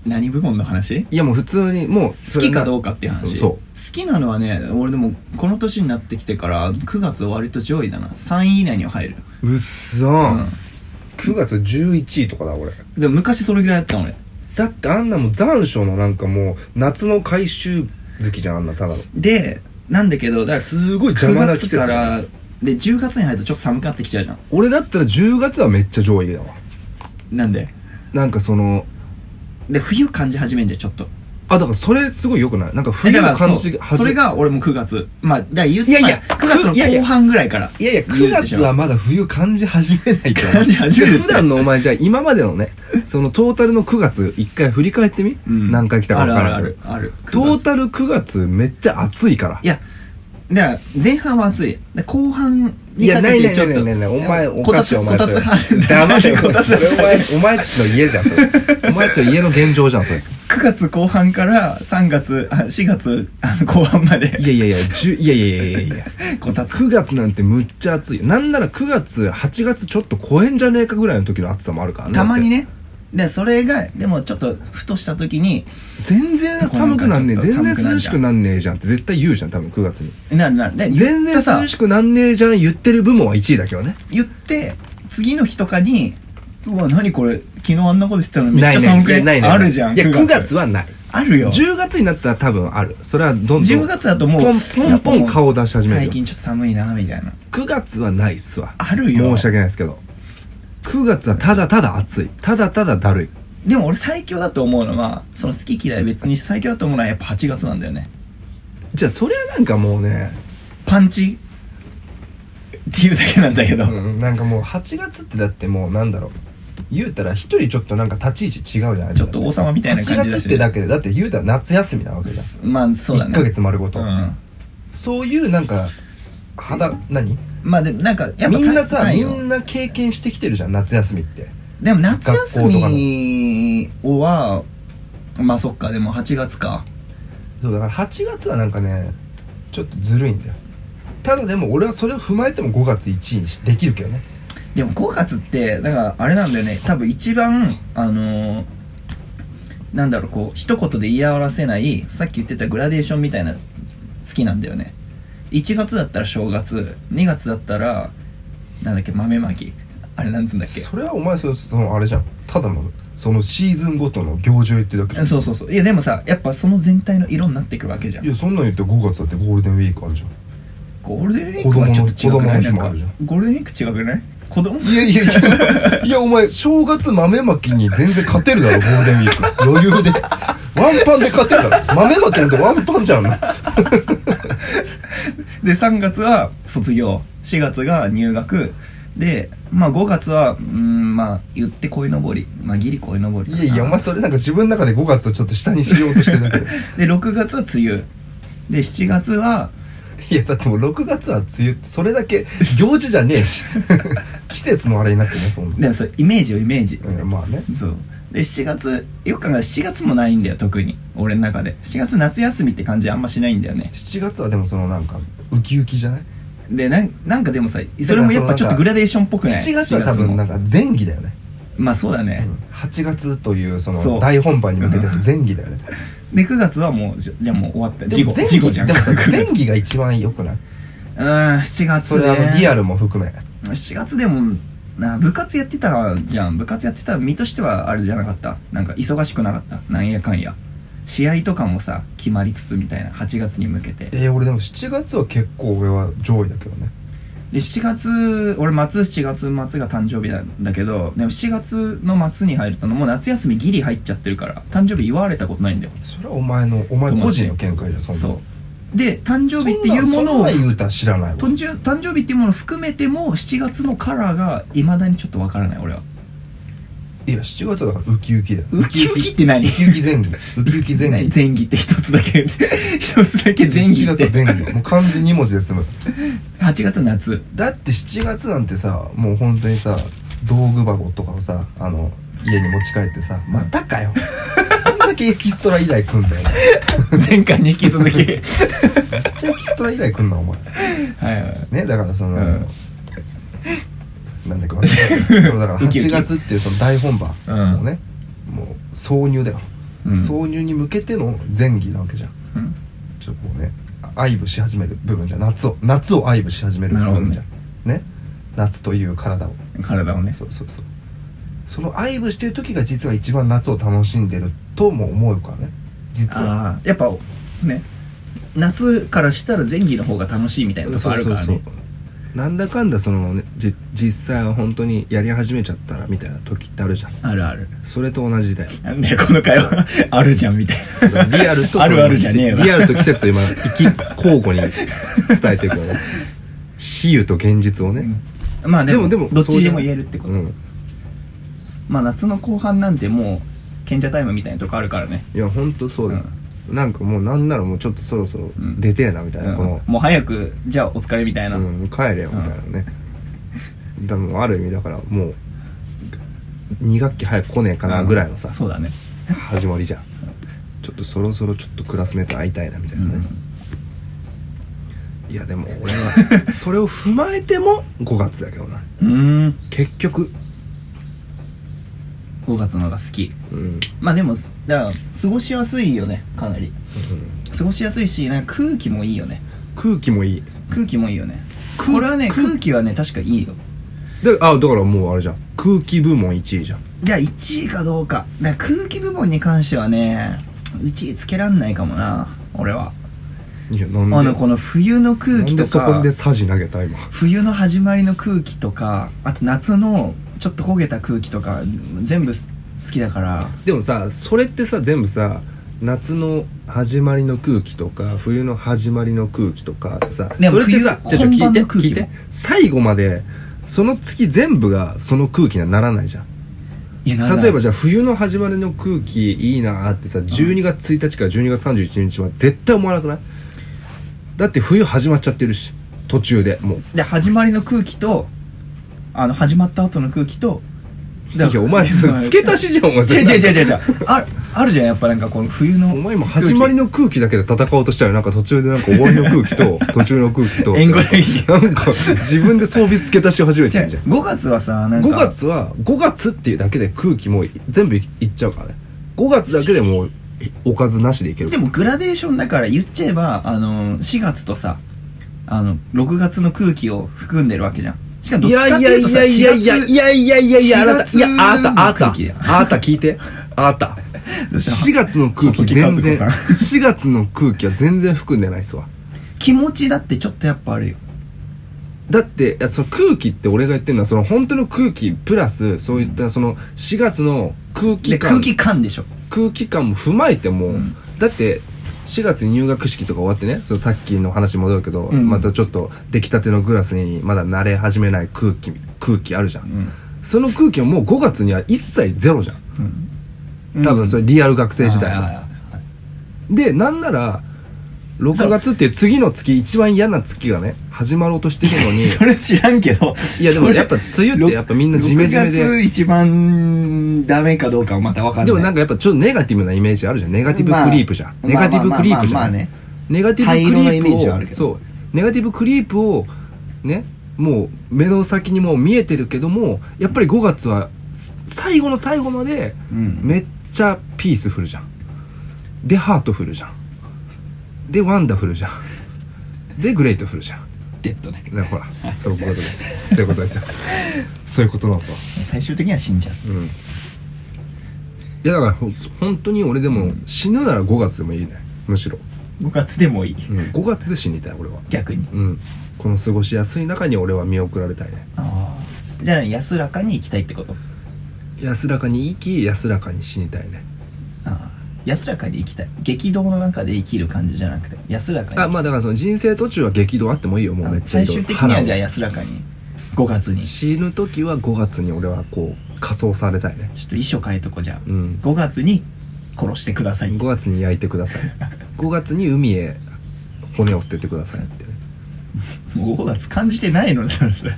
Speaker 2: 何部門の話
Speaker 1: いやもう普通にもう
Speaker 2: 好きかど
Speaker 1: う
Speaker 2: うかっていう話
Speaker 1: そう
Speaker 2: 好きなのはね俺でもこの年になってきてから9月割と上位だな3位以内には入る、
Speaker 1: うっそー、9月11位とかだ俺
Speaker 2: うんでも昔それぐらいだったの俺
Speaker 1: だってあんなもん残暑のなんかもう夏の回収好きじゃんあんなただの
Speaker 2: でなんだけどだから
Speaker 1: すごい邪
Speaker 2: 9
Speaker 1: 魔な季
Speaker 2: 月
Speaker 1: 節
Speaker 2: か
Speaker 1: だね
Speaker 2: らで10月に入るとちょっと寒くなってきちゃうじゃん
Speaker 1: 俺だったら10月はめっちゃ上位だわ
Speaker 2: なんで
Speaker 1: なんかその
Speaker 2: で冬感じ始めんじゃんちょっと
Speaker 1: あだからそれすごいよくないなんか
Speaker 2: え
Speaker 1: 冬
Speaker 2: だ
Speaker 1: の
Speaker 2: から
Speaker 1: 感
Speaker 2: そ
Speaker 1: じ
Speaker 2: う
Speaker 1: がはじ
Speaker 2: それが俺も9月まあだから言うて
Speaker 1: いやいや
Speaker 2: まあ9
Speaker 1: くいや
Speaker 2: 月
Speaker 1: い
Speaker 2: の
Speaker 1: や
Speaker 2: 後半ぐらいから
Speaker 1: いやいや9月はまだ冬感じ始めないから
Speaker 2: 感じ始めるって
Speaker 1: 普段のお前じゃあ今までの ねそのトータルの9月一回振り返ってみ、
Speaker 2: うん
Speaker 1: 何回来たか分からん
Speaker 2: あ
Speaker 1: けど
Speaker 2: るあるあるある
Speaker 1: トー
Speaker 2: ル
Speaker 1: タル9月めっちゃ暑いから
Speaker 2: いやだから前半は暑いで後半
Speaker 1: い
Speaker 2: に
Speaker 1: や、
Speaker 2: か
Speaker 1: な
Speaker 2: け
Speaker 1: いな
Speaker 2: て
Speaker 1: い
Speaker 2: ち
Speaker 1: な
Speaker 2: ょっ
Speaker 1: い
Speaker 2: と
Speaker 1: ないないない、お前、お
Speaker 2: こ
Speaker 1: か
Speaker 2: た
Speaker 1: し
Speaker 2: つ
Speaker 1: い、お前。
Speaker 2: こ
Speaker 1: そ
Speaker 2: た
Speaker 1: れ
Speaker 2: つ
Speaker 1: 黙れよ、
Speaker 2: こたつ
Speaker 1: それお前、お前の家じゃん、それ。お前ちの家の現状じゃん、それ。い
Speaker 2: 9月後半から3月あ4月あの後半まで
Speaker 1: やいやいや、10いやいやいやいやいや。
Speaker 2: こたつ
Speaker 1: 9月なんてむっちゃ暑いよ。なんなら9月、8月ちょっと超えんじゃねえかぐらいの時の暑さもあるからね。
Speaker 2: たまに
Speaker 1: ね。
Speaker 2: ねでそれがでもちょっとふとした時に
Speaker 1: 全然寒くなんねえ、
Speaker 2: こうなんかちょ
Speaker 1: 全
Speaker 2: っと
Speaker 1: 然涼しくなんねえじゃんって絶対言うじゃん、多分9月に。
Speaker 2: なるなるで
Speaker 1: 全
Speaker 2: 言った
Speaker 1: 然
Speaker 2: さ
Speaker 1: 涼しくなんねえじゃん言ってる部門は1位だけどね。
Speaker 2: 言って次の日とかにうわ何これ昨日あんなこと言ってたのにめっ
Speaker 1: な
Speaker 2: ちゃ
Speaker 1: いね
Speaker 2: 寒く
Speaker 1: いやないね
Speaker 2: あるじゃん
Speaker 1: いや、9月
Speaker 2: は
Speaker 1: はない。
Speaker 2: あるよ
Speaker 1: 10月になったら多分ある。それはどんどん。
Speaker 2: 10月だともう
Speaker 1: ポンポンポン顔出し始める
Speaker 2: 最
Speaker 1: よ。
Speaker 2: 近ちょっと寒いなみたいな
Speaker 1: 9月はないっすわ
Speaker 2: あるよ
Speaker 1: 申し訳ないですけど9月はただただ暑いただただだるい
Speaker 2: でも俺最強だと思うのはその好き嫌い別にして最強だと思うのはやっぱ8月なんだよね
Speaker 1: じゃあそれはなんかもうね、
Speaker 2: パンチっていうだけなんだけど、
Speaker 1: うん、なんかもう8月ってだってもうなんだろう言うたら一人ちょっとなんか立ち位置違うじゃない
Speaker 2: ちょっと王様みたいな感じ
Speaker 1: 8
Speaker 2: だ
Speaker 1: 月
Speaker 2: し
Speaker 1: ってだけでだって言うたら夏休みなわけじゃん
Speaker 2: すまあそうだね
Speaker 1: 1ヶ月丸ごと、
Speaker 2: うん
Speaker 1: そういうなんか肌何
Speaker 2: まあでもなんかやっぱ
Speaker 1: みんなさ
Speaker 2: 太
Speaker 1: み
Speaker 2: 陽
Speaker 1: んな経験してきてるじゃん夏休みって
Speaker 2: でも夏休
Speaker 1: 学校とか
Speaker 2: みはまあそっかでも8月か
Speaker 1: そうだから8月はなんかねちょっとずるいんだよただでも俺はそれを踏まえても5月1位にしできるけどね
Speaker 2: でも5月ってだからあれなんだよね多分一番あのーなんだろうこう一言で言い表せないさっき言ってたグラデーションみたいな月なんだよね1月だったら正月2月だったらなんだっけ豆まきあれなんつうんだっけ
Speaker 1: それはお前そのそのあれじゃんただのそのシーズンごとの行事を言ってるだけじゃん
Speaker 2: そうそうそういやでもさやっぱその全体の色になってくるわけじゃ
Speaker 1: い
Speaker 2: ん
Speaker 1: やそんなん言って5月だってゴールデンウィークあるじゃん
Speaker 2: ゴールデンウィークはちょっと違くない
Speaker 1: 子供の日
Speaker 2: なん
Speaker 1: もあ
Speaker 2: か
Speaker 1: るじゃん
Speaker 2: ゴールデンウィーク違くない子供
Speaker 1: いやいやいやいやお前正月豆まきに全然勝てるだろゴールデンウィーク余裕でワンパンで勝てるだろ豆まきなんてワンパンじゃん
Speaker 2: で3月は卒業4月が入学でまあ5月はうんまあ言って鯉のぼりまあギリ鯉のぼり
Speaker 1: い
Speaker 2: かな
Speaker 1: やいやお前それなんか自分の中で5月をちょっと下にしようとしてるだけで
Speaker 2: で6月は梅雨で7月はい
Speaker 1: やだってもう6月は梅雨ってそれだけ行事じゃねえし季節のあれになってねそんな、
Speaker 2: でもそれイメージよイメージ、
Speaker 1: うん、まあね
Speaker 2: そうで7月よく考えたら7月もないんだよ特に俺の中で7月夏休みって感じあんましないんだよね
Speaker 1: 7月はでもそのなんかウキウキじゃない
Speaker 2: でなんなんかでもさそれもやっぱちょっとグラデーションっぽくない
Speaker 1: 7月は多分なん
Speaker 2: か
Speaker 1: か前期だよね、
Speaker 2: まあそうだ
Speaker 1: う
Speaker 2: ね、
Speaker 1: ん、8月というそ
Speaker 2: そう
Speaker 1: の大本番に向けての前期だよね
Speaker 2: で9月はもうじゃじゃあもう終わった
Speaker 1: で
Speaker 2: 事
Speaker 1: も
Speaker 2: 後
Speaker 1: 前
Speaker 2: 事
Speaker 1: 期
Speaker 2: 後じゃん
Speaker 1: でもさ
Speaker 2: 9月
Speaker 1: 前期が一番良くないう
Speaker 2: ーん7月
Speaker 1: それあのリア
Speaker 2: ル
Speaker 1: ルも含め
Speaker 2: 7月でもな部活やってたじゃん部活やってた身としてはあれじゃなかったなんか忙しくなかったなんやかんや試合とかもさ決まりつつみたいな8月に向けてで
Speaker 1: えー、俺でも7月は結構俺は上位だけどね
Speaker 2: 7月俺末7月末が誕生日なんだけどでも7月の末に入るともう夏休みギリ入っちゃってるから誕生日祝われたことないんだよ
Speaker 1: それはお前のお前個人の見解じゃんそんな
Speaker 2: そうで誕生日っていう
Speaker 1: そ
Speaker 2: も
Speaker 1: ん
Speaker 2: の
Speaker 1: なそん
Speaker 2: を
Speaker 1: な言うたら知らないわ
Speaker 2: 誕生誕生日っていうものを含めても7月のカラーがいまだにちょっとわからない俺はい
Speaker 1: や7月はだからウキウキだよ
Speaker 2: ウキウキって何
Speaker 1: ウキウキ前期ウキウキ 前期
Speaker 2: 前儀って一つだけ 一つだけ前儀
Speaker 1: 7
Speaker 2: っ
Speaker 1: 月
Speaker 2: て
Speaker 1: は前期もう漢字2文字で済む
Speaker 2: 8月夏
Speaker 1: だって7月なんてさもう本当にさ道具箱とかをさあの家に持ち帰ってさ「またか よ」こんだけエキストラ以来来んだよ
Speaker 2: 前回に引き続 きはい
Speaker 1: めっちゃエキストラ以来来んなお前
Speaker 2: はい
Speaker 1: ねだからその、
Speaker 2: うん
Speaker 1: なんだか忘れたけどそうだから
Speaker 2: ウキウキ
Speaker 1: 8月っていうその大本番
Speaker 2: うん
Speaker 1: もね、もう挿入だよ、
Speaker 2: うん
Speaker 1: 挿入に向けての前儀なわけじゃん
Speaker 2: うん
Speaker 1: ちょっとこうね愛撫し始める部分じゃん夏を夏を愛撫し始める部分じゃん
Speaker 2: なる
Speaker 1: ね夏という体を
Speaker 2: 体をね
Speaker 1: そうそうそうその愛撫してる時が実は一番夏を楽しんでるとも思うからね実
Speaker 2: あ
Speaker 1: は
Speaker 2: あやっぱね夏からしたら前儀の方が楽しいみたいなとこあるからね
Speaker 1: なんだかんだそのねじ実際は本当にやり始めちゃったらみたいな時ってあるじゃん
Speaker 2: あるある
Speaker 1: それと同 じだよ
Speaker 2: なんだよこの会話 あるじゃんみたいな
Speaker 1: リアルと
Speaker 2: あるあるじゃねえわ
Speaker 1: リアルと季節を今生き交互に伝えていくよね比喩と現実をね、
Speaker 2: まあでも
Speaker 1: でもでも
Speaker 2: どっち
Speaker 1: そうじ
Speaker 2: で
Speaker 1: ゃ
Speaker 2: も
Speaker 1: ない
Speaker 2: 言えるってこと、
Speaker 1: うん
Speaker 2: まあ夏の後半なんてもう賢者タイムみたいなとこあるからね
Speaker 1: いやほんとそうだよ、なんかもうなんならもうちょっとそろそろ
Speaker 2: ん
Speaker 1: 出てえなみたいな、
Speaker 2: うん
Speaker 1: この、
Speaker 2: もう早くじゃあお疲れみたいな、
Speaker 1: うん、帰れよみたいなね、でもある意味だからもう2学期早く来ねえかなぐらいのさ、
Speaker 2: そうだね
Speaker 1: 始まりじゃんちょっとそろそろちょっとクラスメート会いたいなみたいなね、いやでも俺は それを踏まえても5月だけどな
Speaker 2: うんうん
Speaker 1: 結局
Speaker 2: 5月の方が好き
Speaker 1: うん、うん
Speaker 2: まあでもすだから過ごしやすいよねかなり過ごしやすいしなんか空気もいいよね
Speaker 1: 空気もいい
Speaker 2: 空気もいいよね
Speaker 1: 空
Speaker 2: これはね
Speaker 1: 空
Speaker 2: 空気はね確かいいよ
Speaker 1: であだからもうあれじゃん空気部門1位じゃん
Speaker 2: じゃあ1位かどうかだから空気部門に関してはね1位つけらんないかもな俺はい
Speaker 1: やなんで
Speaker 2: あのこの冬の空気とか
Speaker 1: なんでそこでサジ投げた今
Speaker 2: 冬の始まりの空気とかあと夏のちょっと焦げた空気とか全部す好きだから
Speaker 1: でもさそれってさ全部さ夏の始まりの空気とか冬の始まりの空気とかってさ
Speaker 2: でも
Speaker 1: それってさ
Speaker 2: 冬
Speaker 1: じゃあちょ
Speaker 2: 本
Speaker 1: っと
Speaker 2: 番
Speaker 1: 聞
Speaker 2: の
Speaker 1: いて
Speaker 2: 空気
Speaker 1: 聞
Speaker 2: も
Speaker 1: いて最後までその月全部がその空気にはならないじゃん
Speaker 2: いやならない
Speaker 1: 例えばじゃあ冬の始まりの空気いいなーってさ12月1日から12月31日は絶対思わなくないだって冬始まっちゃってるし途中でもう
Speaker 2: で始まりの空気とあの始まった後の空気とだ
Speaker 1: いや お前それ付け足しじゃんお前そ
Speaker 2: 違
Speaker 1: れ
Speaker 2: う違う違う違うああるじゃんやっぱなんかこの冬の
Speaker 1: お前も始まりの空気だけで戦おうとしたらなんか途中でなんか終わりの空気 と途中の空気と
Speaker 2: 援護射撃
Speaker 1: なんか自分で装備付け足し始め
Speaker 2: 違
Speaker 1: て
Speaker 2: う
Speaker 1: るじゃん
Speaker 2: 5月はさなんか
Speaker 1: 5月は5月っていうだけで空気もう全部いいっちゃうからね5月だけでもうおかずなしでいける
Speaker 2: でもグラデーションだから言っちゃえばあの4月とさあの6月の空気を含んでるわけじゃんしかもどっち
Speaker 1: いや
Speaker 2: かっ
Speaker 1: い
Speaker 2: て
Speaker 1: や
Speaker 2: いう
Speaker 1: い
Speaker 2: とさ
Speaker 1: やいやいやいやいやいやいやあなたいやあなたあなた
Speaker 2: 4月の空気
Speaker 1: あなた聞いてあなた
Speaker 2: どうした
Speaker 1: 4月の空気全
Speaker 2: 細木
Speaker 1: 然
Speaker 2: 数子
Speaker 1: 4月の空気は全然含んでないっすわ
Speaker 2: 気持ちだってちょっとやっぱあるよ
Speaker 1: だっていやその空気って俺が言ってるのはその本当の空気プラスそういったその4月の空気
Speaker 2: で
Speaker 1: 感
Speaker 2: 空気感でしょ
Speaker 1: 空気感も踏まえても、
Speaker 2: うん
Speaker 1: だって4月に入学式とか終わってねそのさっきの話戻るけど、
Speaker 2: うん
Speaker 1: またちょっと出来たてのグラスにまだ慣れ始めない空気空気あるじゃんその空気はもう5月には一切ゼロじゃん
Speaker 2: うん
Speaker 1: 多分それリアル学生時代
Speaker 2: はい
Speaker 1: の、
Speaker 2: はいはいはい
Speaker 1: でなんなら6月っていう次の月一番嫌な月がね始まろうとしてる のに
Speaker 2: それ知らんけど
Speaker 1: いやでもやっぱ梅雨ってやっぱみんなジメジメ
Speaker 2: 6
Speaker 1: で
Speaker 2: 月一番ダメかどうかはまた分かんない
Speaker 1: でもな
Speaker 2: か
Speaker 1: んかやっぱちょっとネガティブなイメージあるじゃんネガティブクリープじゃん、ネガティブクリープじゃ
Speaker 2: ま
Speaker 1: ん、
Speaker 2: あまあまあまあね
Speaker 1: ネガティブクリ
Speaker 2: 灰色のイメージ
Speaker 1: ー
Speaker 2: はあ
Speaker 1: プ
Speaker 2: る
Speaker 1: を
Speaker 2: けど
Speaker 1: そうネガティブクリープをねもう目の先にもう見えてるけどもやっぱり5月はす最後の最後まで
Speaker 2: うん
Speaker 1: めっちゃピースフルじゃんでハートフルじゃんでワンダフルじゃんでグレートフルじゃん
Speaker 2: デッドね
Speaker 1: ねほらそういうことですそういうことですよそういうことなんですよ
Speaker 2: 最終的には死んじゃう
Speaker 1: うんいやだからほん本当に俺でも死ぬなら5月でもいいねむしろ、
Speaker 2: 5月でもいい
Speaker 1: うん、5月で死にたい俺は
Speaker 2: 逆に
Speaker 1: うんこの過ごしやすい中に俺は見送られたいね
Speaker 2: ああじゃあ安らかに行きたいってこと
Speaker 1: 安らかに生き安らかに死にたいね
Speaker 2: ああ安らかに生きたい激動の中で生きる感じじゃなくて安らかに
Speaker 1: あまあだからその人生途中は激動あってもいいよもうめっち
Speaker 2: 最
Speaker 1: ゃいろ
Speaker 2: 終
Speaker 1: いろ
Speaker 2: 的にはじゃあ
Speaker 1: 腹を
Speaker 2: 安らかに5月にち
Speaker 1: 死ぬ時は5月に俺はこう仮装されたいね
Speaker 2: ょっと衣装変えとこじゃあ
Speaker 1: うん
Speaker 2: 5月に殺してください
Speaker 1: 5月に焼いてください 5月に海へ骨を捨ててくださいってね
Speaker 2: もう5月感じてないのにそれそれ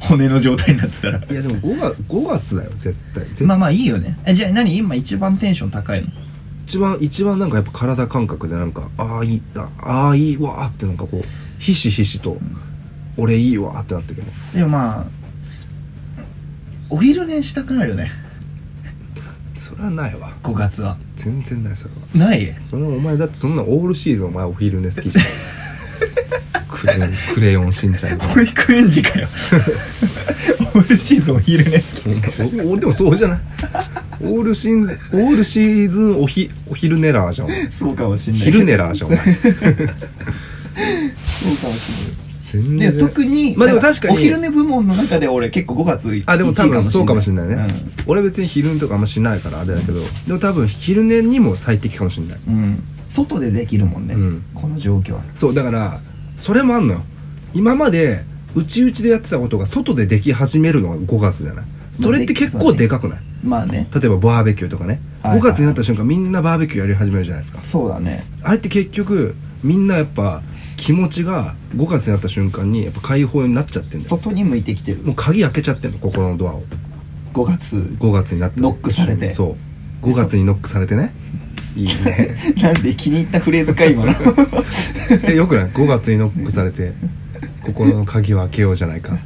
Speaker 2: 骨の状態になってたら
Speaker 1: いやでも5月 ,5 月だよ絶対絶対、
Speaker 2: まあまあいいよねえじゃあ何今一番テンション高いの
Speaker 1: 一番一番なんかやっぱ体感覚でなんかああいいああーいいわーってなんかこうひしひしと、俺いいわーってなってるよね
Speaker 2: でもまあお昼寝したくなるよね
Speaker 1: それはないわ
Speaker 2: 5月は
Speaker 1: 全然ないそれは
Speaker 2: ない
Speaker 1: それはお前だってそんなオールシーズンお前お昼寝好きじゃんクレヨンクレヨンしんちゃんとか
Speaker 2: これクエンジかよオールシーズンお昼寝好き
Speaker 1: おおでもそうじゃないオールシーズンオールシーズンおひお昼寝ラーじゃんお前
Speaker 2: そうかもしんない
Speaker 1: 昼寝ラーじゃんお前
Speaker 2: そうかもしん
Speaker 1: 全
Speaker 2: ないで
Speaker 1: 然
Speaker 2: 特に
Speaker 1: まあでも確かに
Speaker 2: お昼寝部門の中で俺結構5月
Speaker 1: あでも多分そうかもしれないね、
Speaker 2: うん
Speaker 1: 俺別に昼寝とかあんましないからあれだけど、でも多分昼寝にも最適かもしれない
Speaker 2: うん外でできるもんね、
Speaker 1: うん
Speaker 2: この状況は
Speaker 1: そうだからそれもあんのよ今までうちうちでやってたことが外ででき始めるのが5月じゃないそれって結構でかくない
Speaker 2: まあね
Speaker 1: 例えばバーベキューとかね
Speaker 2: はいはい
Speaker 1: 5月になった瞬間みんなバーベキューやり始めるじゃないですか
Speaker 2: そうだね
Speaker 1: あれって結局みんなやっぱ気持ちが5月になった瞬間にやっぱ解放になっちゃってんだよ
Speaker 2: 外に向いてきてる
Speaker 1: もう鍵開けちゃってんの心のドアを
Speaker 2: 5月
Speaker 1: 5月になって
Speaker 2: ノックされて
Speaker 1: そう5月にノックされてねいいね
Speaker 2: なんで気に入ったフレーズか今 の
Speaker 1: え よくない5月にノックされて心の鍵を開けようじゃないか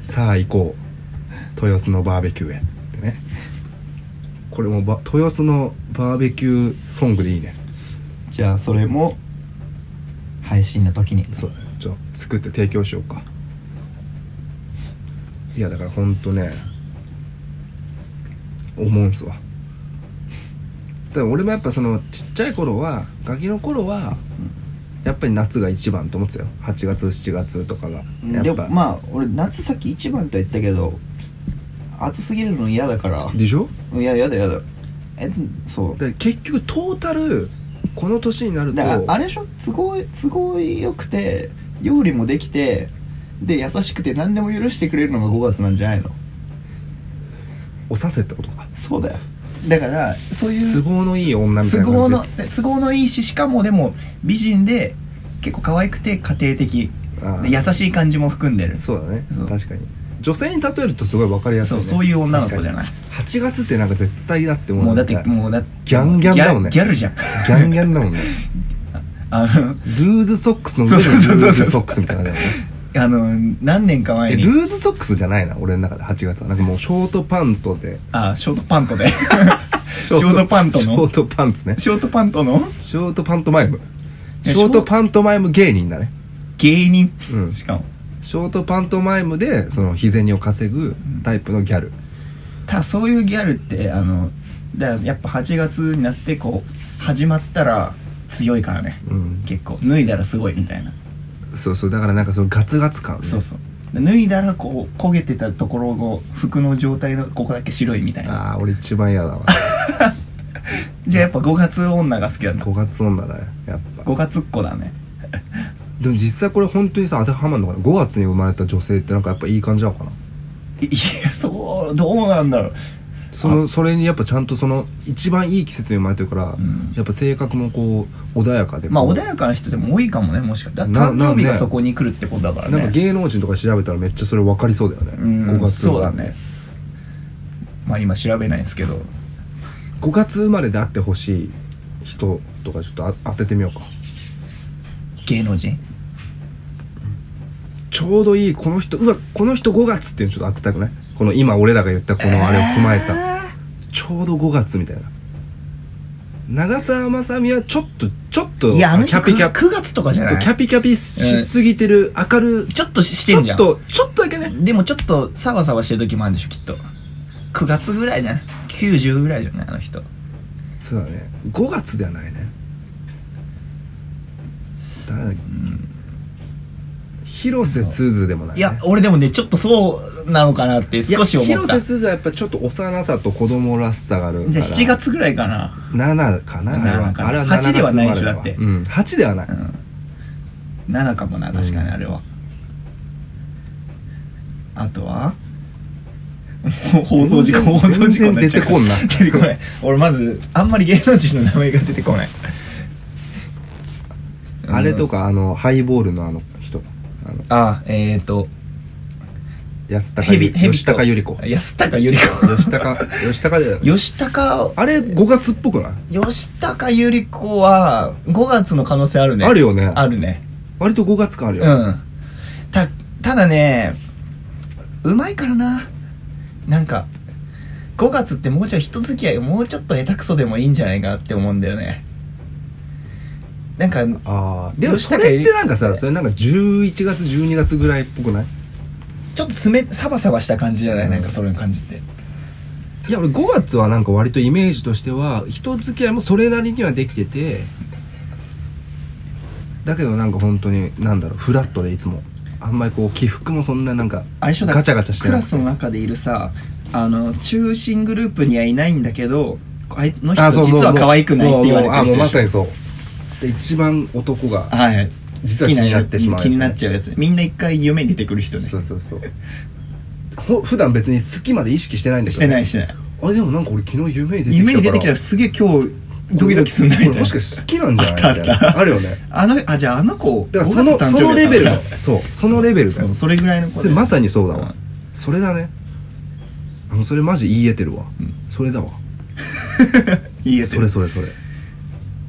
Speaker 1: さあ行こう豊洲のバーベキューへってねこれもば豊洲のバーベキューソングでいいね
Speaker 2: じゃあそれも配信の時に
Speaker 1: そうちょ作って提供しようかいやだからほんとね思うんすわだから俺もやっぱそのちっちゃい頃はガキの頃はやっぱり夏が一番と思ってたよ8月7月とかがや
Speaker 2: で
Speaker 1: っ
Speaker 2: も
Speaker 1: ぱ
Speaker 2: まあ俺夏さっき一番とは言ったけど暑すぎるの嫌だから
Speaker 1: でしょ
Speaker 2: いややだやだえそう
Speaker 1: だから結局トータルこの年になると
Speaker 2: だからあれでしょ都合都合よくて料理もできてで優しくて何でも許してくれるのが5月なんじゃないの
Speaker 1: 押させってことか
Speaker 2: そうだよだからそういう
Speaker 1: 都合のいい女みたい
Speaker 2: 都
Speaker 1: な感じ
Speaker 2: 合の都合のいいししかもでも美人で結構可愛くて家庭的
Speaker 1: ああ
Speaker 2: で優しい感じも含んでる
Speaker 1: そうだね
Speaker 2: そう
Speaker 1: 確かに女性に例えるとすごい分かりやすい、
Speaker 2: そ
Speaker 1: ね、
Speaker 2: うそういう女の子じゃ
Speaker 1: い
Speaker 2: ない
Speaker 1: 8月ってなんか絶対だってもう
Speaker 2: もうだ
Speaker 1: なん
Speaker 2: っ
Speaker 1: か
Speaker 2: てもうだ
Speaker 1: ギャンギャンだもんね
Speaker 2: ギャギャルじゃん
Speaker 1: ギャンギャンだもんね
Speaker 2: あの
Speaker 1: ルーズソックスの上で
Speaker 2: そうそうそうそう
Speaker 1: ルーズソックスみたいな感じだよね
Speaker 2: あの何年か前
Speaker 1: え
Speaker 2: に
Speaker 1: ルーズソックスじゃないな俺の中で8月はなん かもうショートパントで
Speaker 2: あショートパント でショートパント
Speaker 1: ショ
Speaker 2: の
Speaker 1: ートパンツね
Speaker 2: ショートパントの
Speaker 1: ショートパントマイム
Speaker 2: え
Speaker 1: ショートパントマイム芸人だね
Speaker 2: 芸人、
Speaker 1: うん
Speaker 2: しかも
Speaker 1: ショートパントマイムでその日銭を稼ぐタイプのギャル
Speaker 2: ただそういうギャルってあのだからやっぱ8月になってこう始まったら強いからね
Speaker 1: うん
Speaker 2: 結構脱いだらすごいみたいな、
Speaker 1: そうそうだからなんかそのガツガツ感ね
Speaker 2: そうそうで脱いだらこう焦げてたところを服の状態のここだけ白いみたいな
Speaker 1: ああ俺一番嫌だわ
Speaker 2: じゃあやっぱ5月女が好きだな
Speaker 1: 5月女だねやっぱ
Speaker 2: 5月っ子だね
Speaker 1: でも実際これ本当にさ当てはまるのかな5月に生まれた女性ってなんかやっぱいい感じなのかない
Speaker 2: い やそうどうなんだろう
Speaker 1: そのそれにやっぱちゃんとその一番いい季節に生まれてるから、
Speaker 2: ん
Speaker 1: やっぱ性格もこう穏やかでこう
Speaker 2: まあ穏やかな人でも多いかもねもしかしたら
Speaker 1: な
Speaker 2: 誕生日
Speaker 1: な
Speaker 2: が
Speaker 1: ね
Speaker 2: そこに来るってことだから
Speaker 1: なんか
Speaker 2: ね
Speaker 1: 芸能人とか調べたらめっちゃそれ分かりそうだよね、
Speaker 2: うん
Speaker 1: 5月
Speaker 2: そうだねまあ今調べないんですけど
Speaker 1: 5月生まれで会ってほしい人とかちょっとあ当ててみようか
Speaker 2: 芸能人
Speaker 1: ちょうどいいこの人うわこの人5月っていうのちょっと当てたくないこの今俺らが言ったこのあれを踏まえた、ちょうど5月みたいな長澤まさみはちょっとちょっと
Speaker 2: いやあの
Speaker 1: キ
Speaker 2: 人
Speaker 1: ャピキャピ
Speaker 2: 9月とかじゃ
Speaker 1: そう
Speaker 2: ない
Speaker 1: キャピキャピしすぎてる、明る
Speaker 2: ちょっとしして
Speaker 1: ちょ
Speaker 2: んじゃ
Speaker 1: っ
Speaker 2: ん
Speaker 1: とちょっとだけね
Speaker 2: でもちょっとサバサバしてる時もあるんでしょきっと9月ぐらいじゃない90ぐらいじゃないあの人
Speaker 1: そうだね5月ではないね誰だっけ広瀬すずでもない、ね、
Speaker 2: いや俺でもねちょっとそうなのかなって
Speaker 1: いや
Speaker 2: 少し思っ
Speaker 1: 広
Speaker 2: た
Speaker 1: 瀬
Speaker 2: じ
Speaker 1: すずはやっぱちょっと幼さと子供らしさがあるから
Speaker 2: ゃあ7月ぐらいかな
Speaker 1: 7かなあれ
Speaker 2: 7
Speaker 1: は
Speaker 2: かな
Speaker 1: あれは
Speaker 2: 8
Speaker 1: 7
Speaker 2: ではないでしょ
Speaker 1: 月生まれ
Speaker 2: だって
Speaker 1: うん8ではない、
Speaker 2: うん7かもな確かにあれは、あとはもう 放送事故
Speaker 1: 全然
Speaker 2: 放送事故になっちゃう
Speaker 1: 全然出てこんな
Speaker 2: 出てこない俺まずあんまり芸能人の名前が出てこない
Speaker 1: あれとかあのハイボールのあの人あの
Speaker 2: あえっ、ー、と
Speaker 1: 安高
Speaker 2: ヘビ
Speaker 1: 由
Speaker 2: ヘビ
Speaker 1: 吉高由里子
Speaker 2: 安高由里 子
Speaker 1: 吉高吉高で
Speaker 2: 吉高
Speaker 1: あれ5月っぽくない
Speaker 2: 吉高由里子は5月の可能性あるね
Speaker 1: あるよね
Speaker 2: あるね
Speaker 1: 割と5月感ある
Speaker 2: う
Speaker 1: よ、
Speaker 2: んたただねうまいからななんか5月ってもうちょい人付き合いがもうちょっと下手くそでもいいんじゃないかなって思うんだよねなんか
Speaker 1: ああでも
Speaker 2: 吉
Speaker 1: そ
Speaker 2: 高由
Speaker 1: れ
Speaker 2: 里
Speaker 1: ってなんかさそれなんか11月12月ぐらいっぽくない
Speaker 2: ちょっと爪サバサバした感じじゃない、
Speaker 1: うん
Speaker 2: なんかそれの感じって
Speaker 1: いや俺5月はなんか割とイメージとしては人付き合いもそれなりにはできててだけどなんか本当になんだろうフラットでいつもあんまりこう起伏もそんななんか
Speaker 2: あれでしょだ
Speaker 1: ガチャガチャして
Speaker 2: ク
Speaker 1: な
Speaker 2: ラ
Speaker 1: い
Speaker 2: スの中でいるさあの中心グループにはいないんだけどあいの人実は可愛くないって言われて
Speaker 1: あ
Speaker 2: る
Speaker 1: も
Speaker 2: 人
Speaker 1: うま
Speaker 2: で
Speaker 1: さ
Speaker 2: し
Speaker 1: にそうで一番男
Speaker 2: ょ
Speaker 1: が
Speaker 2: はい
Speaker 1: 実は
Speaker 2: 好き
Speaker 1: 気になってしまうやつ
Speaker 2: 気
Speaker 1: ね
Speaker 2: になっちゃうやつねみんな一回夢に出てくる人ね
Speaker 1: そうそうそうほ普段別に好きまで意識してないんだけ
Speaker 2: し
Speaker 1: ど
Speaker 2: てないいしてない
Speaker 1: あれでもなんか俺昨日夢に出てきたから
Speaker 2: 夢に出てきたらすげえ今日ドキドキすんなみた
Speaker 1: これ
Speaker 2: い
Speaker 1: も
Speaker 2: な
Speaker 1: しかして好きなんじゃない
Speaker 2: あった
Speaker 1: みたい
Speaker 2: あった
Speaker 1: なあるよね
Speaker 2: あのあじゃああの子
Speaker 1: だからその
Speaker 2: 5月誕生日
Speaker 1: そのレベル
Speaker 2: だ
Speaker 1: の
Speaker 2: ったんだ
Speaker 1: そうそのレベル
Speaker 2: そ
Speaker 1: の
Speaker 2: うそれぐらいの子
Speaker 1: そ
Speaker 2: で
Speaker 1: れまさにそうだ
Speaker 2: う
Speaker 1: わ、
Speaker 2: ん
Speaker 1: それだねあのそれマジ言い得てるわ、
Speaker 2: うん
Speaker 1: それだわ
Speaker 2: いいやつ
Speaker 1: それそれそれ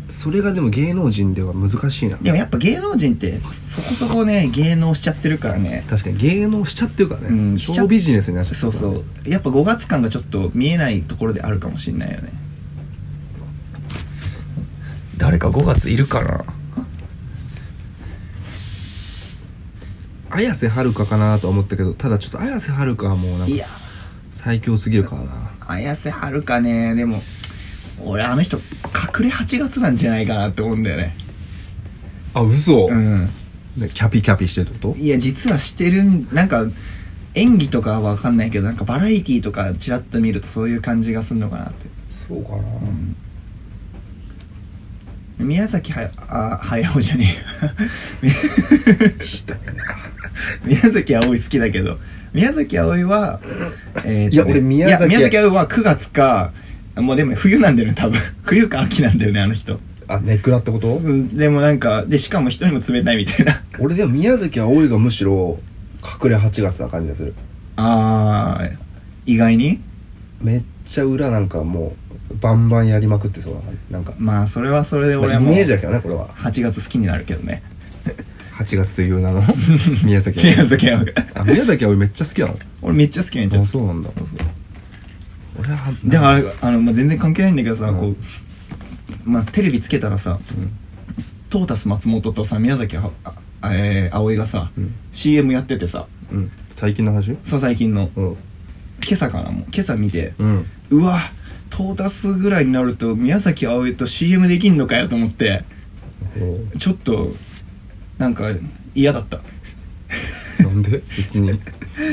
Speaker 1: それがでも芸能人では難しいな
Speaker 2: でもやっぱ芸能人ってそこそこね芸能しちゃってるからね
Speaker 1: 確かに芸能しちゃってるからね、
Speaker 2: うん
Speaker 1: ショービジネスになっちゃって
Speaker 2: そ
Speaker 1: る
Speaker 2: う
Speaker 1: からね
Speaker 2: そうやっぱ5月間がちょっと見えないところであるかもしんないよね誰か5月いるかな
Speaker 1: 綾瀬はるかかなとは思ったけどただちょっと綾瀬はるかはもうなん
Speaker 2: いや
Speaker 1: か最強すぎるからな
Speaker 2: 綾瀬はるかねでも俺あの人隠れ8月なんじゃないかなって思うんだよね
Speaker 1: あ嘘、
Speaker 2: うん
Speaker 1: ねキャピキャピしてるってこと
Speaker 2: いや実はしてるんなんか演技とかは分かんないけどなんかバラエティーとかちらっと見るとそういう感じがするのかなって、
Speaker 1: そうかな、
Speaker 2: うん、宮崎はあ駿じゃねえ
Speaker 1: ひどいな
Speaker 2: 宮崎あおい好きだけど宮崎あおいは、えーとね
Speaker 1: いや俺宮崎
Speaker 2: いや宮崎あおいは9月かもうでも冬なんだよね多分冬か秋なんだよねあの人
Speaker 1: あネクラってこと
Speaker 2: うんでもなんかでしかも人にも冷たいみたいな
Speaker 1: 俺でも宮崎葵がむしろ隠れ8月な感じがする
Speaker 2: ああ意外に
Speaker 1: めっちゃ裏なんかもうバンバンやりまくってそうな感じなんか、
Speaker 2: まあそれはそれで
Speaker 1: まあ
Speaker 2: 俺
Speaker 1: イ
Speaker 2: も
Speaker 1: メー
Speaker 2: 8
Speaker 1: ジだけどねこれは
Speaker 2: 月好きになるけどね
Speaker 1: 8月という名の 宮崎は
Speaker 2: 宮崎山が
Speaker 1: あ宮崎は俺めっちゃ好きなの
Speaker 2: 俺めっちゃ好きめっちゃ
Speaker 1: あ
Speaker 2: 好き
Speaker 1: そうなんだ俺は
Speaker 2: であれあの、まあ、全然関係ないんだけどさ、
Speaker 1: うん
Speaker 2: こうまあテレビつけたらさ
Speaker 1: うん
Speaker 2: トータス松本とさ宮崎ああえー葵がさ、
Speaker 1: うん
Speaker 2: CM やっててさ
Speaker 1: うん最近の話
Speaker 2: そう最近の
Speaker 1: うん
Speaker 2: 今朝かなもう今朝見て
Speaker 1: うん
Speaker 2: うわトータスぐらいになると宮崎あおいと CM できんのかよと思ってちょっとなんか嫌だった
Speaker 1: なんで別に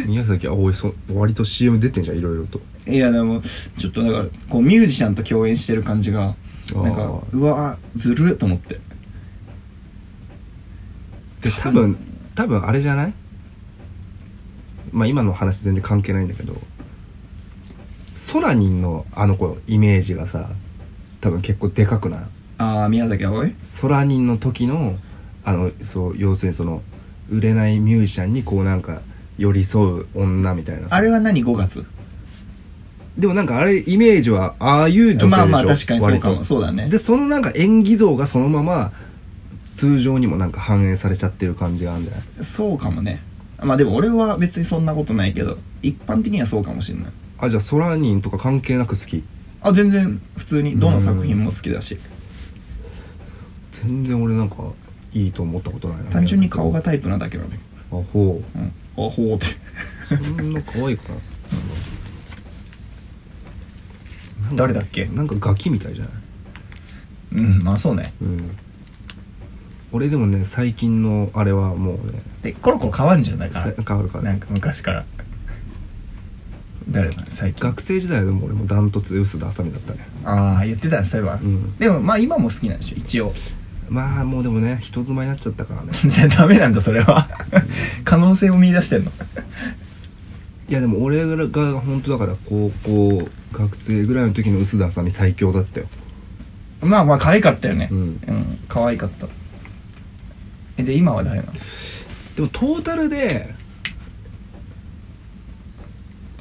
Speaker 1: 宮崎葵そ割と CM 出てんじゃんいろいろと
Speaker 2: いやでもちょっとだからこうミュージシャンと共演してる感じがなん
Speaker 1: あ
Speaker 2: か
Speaker 1: ー
Speaker 2: うわずるっと思って
Speaker 1: で多分多分あれじゃないまあ今の話全然関係ないんだけどソラニンのあの子イメージがさ多分結構でかくない
Speaker 2: ああ宮崎あおい
Speaker 1: ソラニンの時のあのそう要するにその売れないミュージシャンにこうなんか寄り添う女みたいなさ
Speaker 2: あれは何5月
Speaker 1: でもなんかあれイメージはああいう女性でしょ
Speaker 2: まあまあ確かにそうか
Speaker 1: 割
Speaker 2: も
Speaker 1: と
Speaker 2: そうだね
Speaker 1: でそのなんか演技像がそのまま通常にもなんか反映されちゃってる感じがあるんじゃない
Speaker 2: そうかもねまあでも俺は別にそんなことないけど一般的にはそうかもしれない
Speaker 1: あじゃあソラニンとか関係なく好き
Speaker 2: あ全然普通にどの作品も好きだし
Speaker 1: 全然俺なんかいいと思ったことないな
Speaker 2: 単純に顔がタイプなだけなんだけ
Speaker 1: あほ
Speaker 2: ど、うん、あほうって
Speaker 1: うそんな可愛いかななんか
Speaker 2: 誰だっけ
Speaker 1: なんかガキみたいじゃない
Speaker 2: うんまあそうね
Speaker 1: うん俺でもね最近のあれはもうね
Speaker 2: でコロコロ変わんじゃないか
Speaker 1: さ
Speaker 2: ら
Speaker 1: 変わるから
Speaker 2: なんか昔から誰だ最近
Speaker 1: 学生時代でも俺もダントツで薄田あさみだったね
Speaker 2: ああ言ってたねそういえば、
Speaker 1: うん
Speaker 2: でもまあ今も好きなんでしょ一応
Speaker 1: まあもうでもね人妻になっちゃったからね
Speaker 2: ダメなんだそれは 可能性を見出してんの
Speaker 1: いやでも俺が本当だから高校学生ぐらいの時の薄田あさみ最強だったよ
Speaker 2: まあまあ可愛かったよね
Speaker 1: うん
Speaker 2: ん可愛かったえじゃあ今は誰なの
Speaker 1: でもトータルで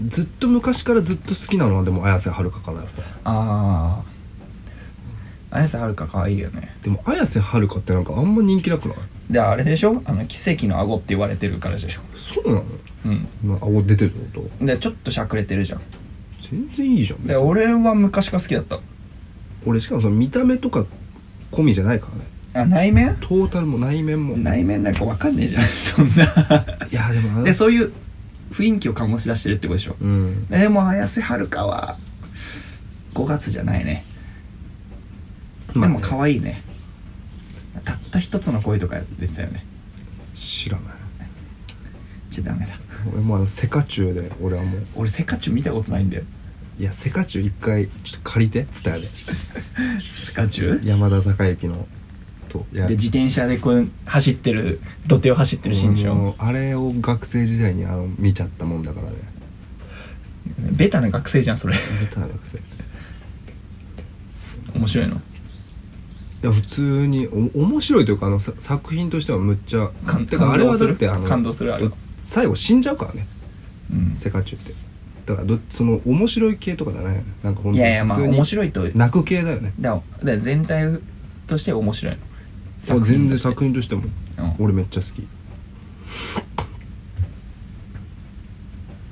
Speaker 1: ずっと昔からずっと好きなのはでも綾瀬はるかかなやっぱ
Speaker 2: ああ綾瀬はるか可愛いよね
Speaker 1: でも綾瀬はるかってなんかあんま人気なくない
Speaker 2: であれでしょあの奇跡の顎って言われてるからでしょ
Speaker 1: そうなの
Speaker 2: うん
Speaker 1: まあ顎出てるってこと
Speaker 2: でちょっとしゃくれてるじゃん
Speaker 1: 全然いいじゃん別
Speaker 2: で
Speaker 1: に
Speaker 2: 俺は昔から好きだった
Speaker 1: 俺しかもその見た目とか込みじゃないか
Speaker 2: あ
Speaker 1: らね
Speaker 2: 内面
Speaker 1: トータルも内面も
Speaker 2: 内面なんかわかんねえじゃんそんない
Speaker 1: やでもあの
Speaker 2: でそういう雰囲気を醸し出してるってことでしょ
Speaker 1: うん
Speaker 2: でも綾瀬はるかは5月じゃないねでも可
Speaker 1: わ
Speaker 2: 愛いねたった一つの恋とか出てたよね
Speaker 1: 知らない
Speaker 2: ちょダメだ
Speaker 1: 俺もうあのセカチュウで俺はもう
Speaker 2: 俺セカチュウ見たことないんだよ
Speaker 1: いやセカチュウ一回ちょっと借りてツタヤで
Speaker 2: セカチュウ
Speaker 1: 山田孝之のといや
Speaker 2: で自転車でこう走ってる土手を走ってるシーンでしょ
Speaker 1: もうあれを学生時代にあの見ちゃったもんだからね
Speaker 2: ベタな学生じゃんそれ
Speaker 1: 見たら学生い
Speaker 2: 面白いの
Speaker 1: や普通にお面白いというかあのさ作品としてはむっちゃ
Speaker 2: 感
Speaker 1: てかあれはだっ
Speaker 2: 感動す
Speaker 1: て
Speaker 2: る
Speaker 1: あの
Speaker 2: 感動するあれは
Speaker 1: 最後死んじゃうからね
Speaker 2: うん
Speaker 1: セカチュウってだからどその面白い系とかじゃないよねなんか本
Speaker 2: い
Speaker 1: 当
Speaker 2: やいやまあ
Speaker 1: 普通に
Speaker 2: 面白いとだか
Speaker 1: 泣く系だよね
Speaker 2: らだから全体として面白いの
Speaker 1: あ全然
Speaker 2: 作
Speaker 1: 作品としても
Speaker 2: 品うん
Speaker 1: 俺めっちゃ好き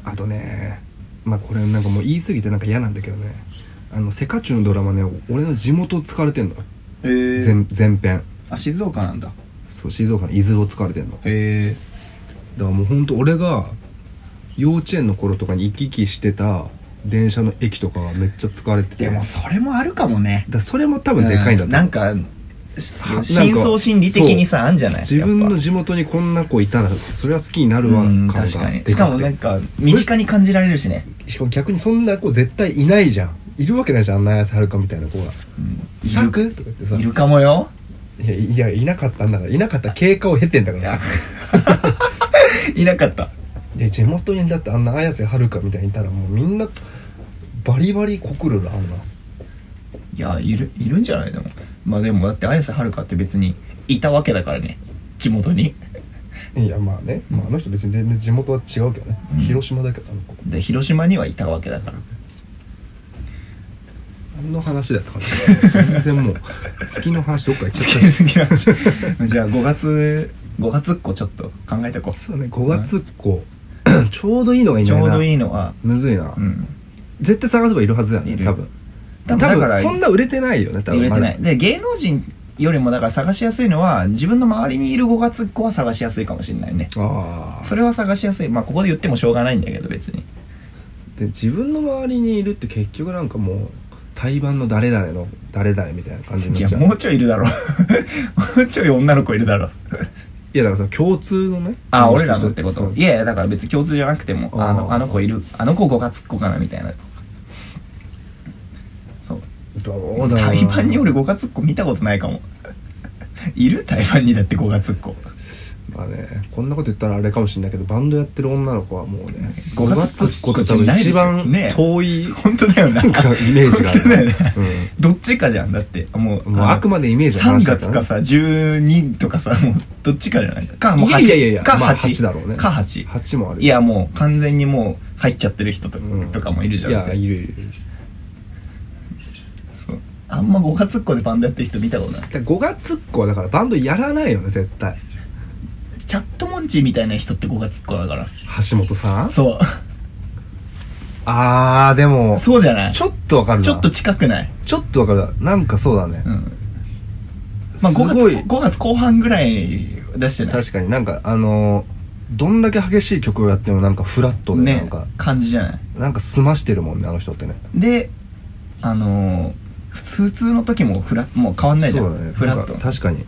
Speaker 1: あとねまあこれなんかもう言い過ぎてなんか嫌なんだけどねあのセカチュウのドラマね俺の地元を使われてんの
Speaker 2: へー
Speaker 1: 全全編
Speaker 2: あ静岡なんだ
Speaker 1: そう静岡の伊豆を使われてんのだか
Speaker 2: へえ
Speaker 1: らもうほんと俺が幼稚園の頃とかに行き来してた電車の駅とかがめっちゃ使われてて
Speaker 2: でもそれもあるかもね
Speaker 1: だからそれも多分でかいんだと思う、
Speaker 2: うなんか
Speaker 1: なんか
Speaker 2: 深層心理的にさあんじゃない
Speaker 1: 自分
Speaker 2: やっ
Speaker 1: の
Speaker 2: ぱ
Speaker 1: 地元にこんな子いたらそれは好きになるわ
Speaker 2: うん
Speaker 1: 感が
Speaker 2: 確かに
Speaker 1: で
Speaker 2: しかも
Speaker 1: くて
Speaker 2: なんか身近に感じられるしね、
Speaker 1: しかも逆にそんな子絶対いないじゃんいるわけないじゃんあんな綾瀬はるかみたいな子
Speaker 2: う
Speaker 1: が
Speaker 2: ん
Speaker 1: 「
Speaker 2: い
Speaker 1: サ
Speaker 2: る
Speaker 1: ク?」とか言ってさ
Speaker 2: いるかもよ
Speaker 1: いやいやいなかったんだからいなかった経過を経てんだか
Speaker 2: い
Speaker 1: ら
Speaker 2: や
Speaker 1: さ
Speaker 2: いなかった
Speaker 1: で地元にだってあんな綾瀬はるかみたいにいたらもうみんなバリバリ告るなあんない
Speaker 2: やいるいるんじゃないでもまあでもだって綾瀬はるかって別にいたわけだからね地元に
Speaker 1: いやまあね、まあ、あの人別に全然地元は違うけどね、
Speaker 2: うん
Speaker 1: 広島だけどあの子
Speaker 2: で広島にはいたわけだから
Speaker 1: 何の話だったかな全然もう月の話どっか行っちゃったし
Speaker 2: じゃあ5月5月っこちょっと考えてこ
Speaker 1: そうね5月っ子 ちょうどいいのがいういん
Speaker 2: ち
Speaker 1: だよ
Speaker 2: ょう
Speaker 1: な
Speaker 2: どいいのは
Speaker 1: むずいな、
Speaker 2: うん
Speaker 1: 絶対探せばいるはずだよね
Speaker 2: いる
Speaker 1: 多分
Speaker 2: 多
Speaker 1: 多
Speaker 2: 分だから
Speaker 1: 分そんな売れてないよね多
Speaker 2: 入
Speaker 1: 分
Speaker 2: れてない
Speaker 1: ま
Speaker 2: で芸能人よりもだから探しやすいのは自分の周りにいる5月っ子は探しやすいかもしれないね
Speaker 1: だああ
Speaker 2: それは探しやすいまあここで言ってもしょうがないんだけど別に
Speaker 1: で自分の周りにいるって結局なんかもう対バンの誰々の誰々みたいな感じに
Speaker 2: い
Speaker 1: な
Speaker 2: や
Speaker 1: っちゃうい
Speaker 2: もうちょいいるだろもうちょ い女の子いるだろ
Speaker 1: やだからその共通のね
Speaker 2: あ俺らのってこ
Speaker 1: う
Speaker 2: と
Speaker 1: ん
Speaker 2: いやいやだから別に共通じゃなくても
Speaker 1: あー
Speaker 2: あのあの子いるあの子5月っ子かなみたいなとかそう
Speaker 1: どうだろうな
Speaker 2: 台湾に俺5月っ子見たことないかも いる台湾にだって5月っ子
Speaker 1: まあねこんなこと言ったらあれかもしれないけどバンドやってる女の子はもうね
Speaker 2: 五
Speaker 1: 5
Speaker 2: 月
Speaker 1: 月
Speaker 2: っ
Speaker 1: っ
Speaker 2: 子
Speaker 1: 子
Speaker 2: って
Speaker 1: と多分
Speaker 2: ないでし
Speaker 1: 一
Speaker 2: ょ
Speaker 1: 番
Speaker 2: ね
Speaker 1: 遠い
Speaker 2: 本当だよな
Speaker 1: なんかイメージがある
Speaker 2: 本当だよね
Speaker 1: うん
Speaker 2: どっちかじゃんだってもう
Speaker 1: もうあくまでイメージの
Speaker 2: 3
Speaker 1: 話だから
Speaker 2: 月
Speaker 1: ね
Speaker 2: かさ12とかさもうどっちかじゃないかもう
Speaker 1: いやいやいやいや
Speaker 2: か
Speaker 1: まあ
Speaker 2: 8,
Speaker 1: 八だろうね
Speaker 2: か8
Speaker 1: 8もある
Speaker 2: いやもう完全にもう入っちゃってる人と,、
Speaker 1: うん
Speaker 2: とかもいるじゃん
Speaker 1: いやいるいるいる
Speaker 2: そうあんま5月っ子でバンドやってる人見たことない
Speaker 1: だから5月っ子はだからバンドやらないよね絶対
Speaker 2: チャットモンチーみたいな人って5月っ子だから
Speaker 1: 橋本さん
Speaker 2: そ
Speaker 1: あーでも
Speaker 2: うそうじゃない
Speaker 1: ちょっとわかるな
Speaker 2: ちょっと近くない、
Speaker 1: ちょっとわかるななんかそうだね
Speaker 2: うんまあ、5,
Speaker 1: すごい
Speaker 2: 月5月後半ぐらい出してない
Speaker 1: 確かになんかあのーどんだけ激しい曲をやってもなんかフラットでな
Speaker 2: ね
Speaker 1: んか、
Speaker 2: 感じじゃない
Speaker 1: なんか済ましてるもんねあの人ってね
Speaker 2: であのー普通普通の時もフラもう変わんないじゃ
Speaker 1: そ
Speaker 2: ん
Speaker 1: うだね
Speaker 2: フラッ
Speaker 1: なん
Speaker 2: ト
Speaker 1: か確かに、
Speaker 2: ん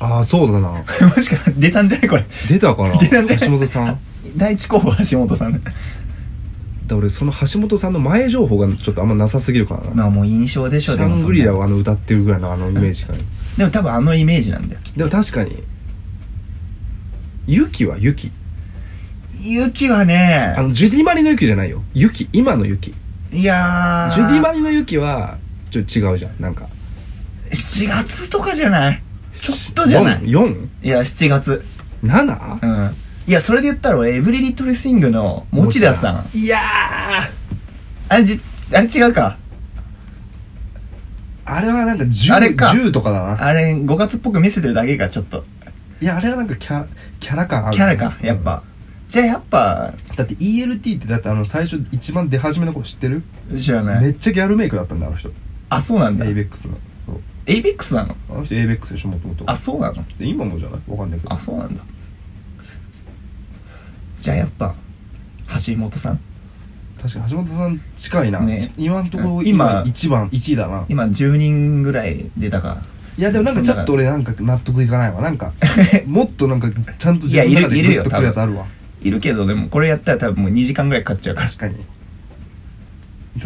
Speaker 1: ああそうだな
Speaker 2: もしかして出たんじゃ ないこれ
Speaker 1: 出たかな
Speaker 2: 出たんじゃない
Speaker 1: 橋本さんだか
Speaker 2: 第一候補は橋本さん
Speaker 1: ら俺その橋本さんの前情報がちょっとあんまなさすぎるからな、
Speaker 2: まあもう印象でし
Speaker 1: シ
Speaker 2: ょで
Speaker 1: ャ
Speaker 2: もそん
Speaker 1: ン
Speaker 2: な
Speaker 1: グリラをあの歌ってるぐらいのあのイメージから、
Speaker 2: でも多分あのイメージなんだよ
Speaker 1: でも確かにユキはユキ
Speaker 2: ユキはね
Speaker 1: あのジュディマリのユキじゃないよユキ今のユキ
Speaker 2: いやー
Speaker 1: ジュディマリのユキはちょっと違うじゃんなんか
Speaker 2: 7月とかじゃないちょっとじゃないいや7月
Speaker 1: 4?7?
Speaker 2: うんいやそれで言ったら俺エブリリトルスイングの持田さん
Speaker 1: いや
Speaker 2: あれじあれ違うか
Speaker 1: ーあれはなんか 10,
Speaker 2: あれか
Speaker 1: 10とかだな
Speaker 2: あれ5月っぽく見せてるだけかちょっと
Speaker 1: いやあれはなんかキャキャラ感ある
Speaker 2: キャラかやっぱ、じゃあやっぱ
Speaker 1: だって ELT ってだってあの最初一番出始めの頃知ってる、
Speaker 2: 知らない、
Speaker 1: めっちゃギャルメイクだったんだあの人
Speaker 2: あそうなんだ
Speaker 1: ABEX のそう
Speaker 2: エイベックスなの
Speaker 1: あの人 ABEX でしょもともと
Speaker 2: あそうなの
Speaker 1: 今もじゃないわかんないけど
Speaker 2: あそうなんだじゃあやっぱ橋本さん
Speaker 1: 確かに橋本さん近いな、
Speaker 2: ね
Speaker 1: 今んとこ
Speaker 2: うん今
Speaker 1: 今一番1位だな
Speaker 2: 今10人ぐらい出たか
Speaker 1: いやでもなんかちょっと俺なんか納得いかないわな んかもっとなんかちゃんと自分の中
Speaker 2: いやいる
Speaker 1: で
Speaker 2: い
Speaker 1: グ
Speaker 2: る
Speaker 1: ッ
Speaker 2: よ
Speaker 1: とくるやつあるわ
Speaker 2: いるけどでもこれやったら多分もう2時間ぐらいかかっちゃうから
Speaker 1: 確かに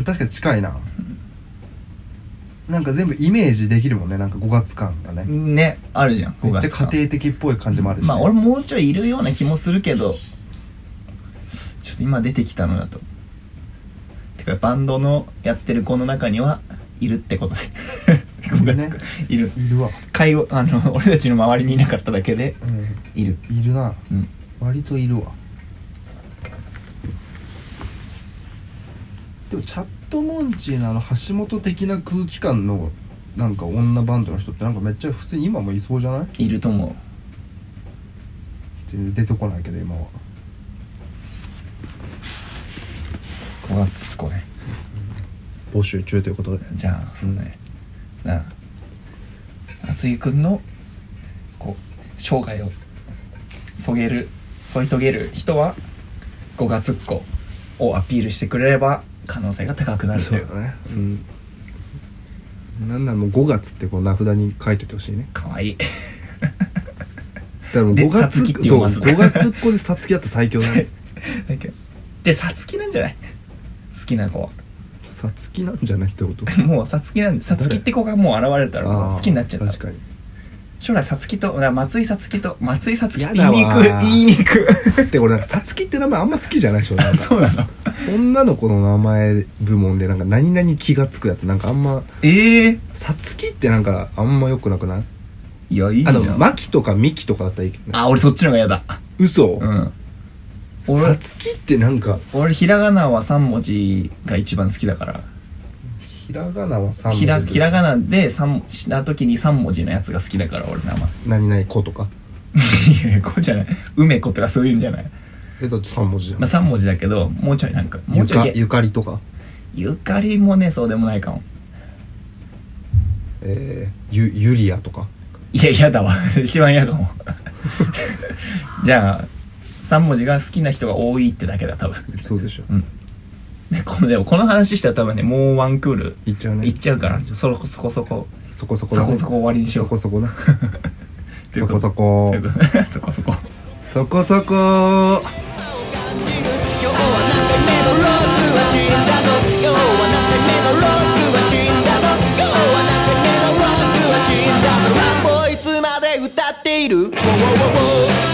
Speaker 1: 確かに近いななんか全部イメージできるもんねなんか5月感がね
Speaker 2: ねあるじゃん
Speaker 1: め
Speaker 2: 5
Speaker 1: っち
Speaker 2: 月
Speaker 1: ゃ家庭的っぽい感じもあるし、ね、
Speaker 2: まあ俺もうちょいいるような気もするけどちょっと今出てきたのだとてかバンドのやってる子の中にはいるって ことで5月かいる
Speaker 1: いるわ、
Speaker 2: 会話あの俺たちの周りにいなかっただけで
Speaker 1: うん、
Speaker 2: いる
Speaker 1: いるな
Speaker 2: うん
Speaker 1: 割といるわでもチャットモンチーのあの橋本的な空気感のなんか女バンドの人ってなんかめっちゃ普通に今もいそうじゃない
Speaker 2: いると思う
Speaker 1: 全然出てこないけど今は
Speaker 2: 5月っ子ね
Speaker 1: 募集中ということで
Speaker 2: じゃあそうだね、なあ厚木くんのこう生涯をそげる添い遂げる人は5月っ子をアピールしてくれれば可能性が高くなるという
Speaker 1: ねうんなんならもう5月ってこう名札に書いといてほしいね
Speaker 2: かわいい
Speaker 1: だからもう
Speaker 2: で
Speaker 1: 5月
Speaker 2: さつきって読ます
Speaker 1: そう5月っ子でさつきだったら最 強だね
Speaker 2: だけどでさつきなんじゃない好きな子は
Speaker 1: さつきなんじゃないってこと
Speaker 2: もうさつきなんでさつきって子がもう現れたらもう好きになっちゃっ
Speaker 1: あー
Speaker 2: た
Speaker 1: 確かに
Speaker 2: 将来さつきとだから松井さつきと松井さつきって
Speaker 1: や
Speaker 2: 言い
Speaker 1: だ
Speaker 2: に
Speaker 1: わ
Speaker 2: くい言いにく
Speaker 1: で俺なんかさつきって名前あんま好きじゃないでしょなん
Speaker 2: い
Speaker 1: か
Speaker 2: そうなの
Speaker 1: 女の子の名前部門でなんか何々気がつくやつなんかあんま
Speaker 2: ええ
Speaker 1: さつきってなんかあんま良くなくない
Speaker 2: いやいいじゃ
Speaker 1: あの
Speaker 2: ん
Speaker 1: マキとかミキとかだったらいいけどね
Speaker 2: あ俺そっちの方が嫌だ
Speaker 1: 嘘
Speaker 2: うん
Speaker 1: さつきってなんか
Speaker 2: 俺ひらがなは3文字が一番好きだから
Speaker 1: ひらがなは3文字
Speaker 2: ひらひらが
Speaker 1: な
Speaker 2: なで3した時に3文字のやつが好きだから俺生
Speaker 1: 何々子とか
Speaker 2: いや こうじゃない梅子とかそういうんじゃない
Speaker 1: えだって3文字じゃん、
Speaker 2: まあ3文字だけどもうちょいなんかも
Speaker 1: ゆ
Speaker 2: うちょ
Speaker 1: か
Speaker 2: いげ
Speaker 1: ゆかりとか
Speaker 2: ゆかりもねそうでもないかも
Speaker 1: えー、ゆゆりやとか
Speaker 2: いや嫌だわ 一番嫌かもじゃあ3文字が好きな人が多いってだけだ多分
Speaker 1: そうでしょ
Speaker 2: うんでこのでもこの話したら多分ねもうワンクール
Speaker 1: いっちゃうね
Speaker 2: いっちゃうからそろそこそこ
Speaker 1: そこそこ
Speaker 2: そこそこ終わりにしよ
Speaker 1: そうこ そこな
Speaker 2: ということ
Speaker 1: そこそこと
Speaker 2: いうことで そこそこ
Speaker 1: そこそこ
Speaker 3: いつまで歌っている「ウォーウォーウォーウォー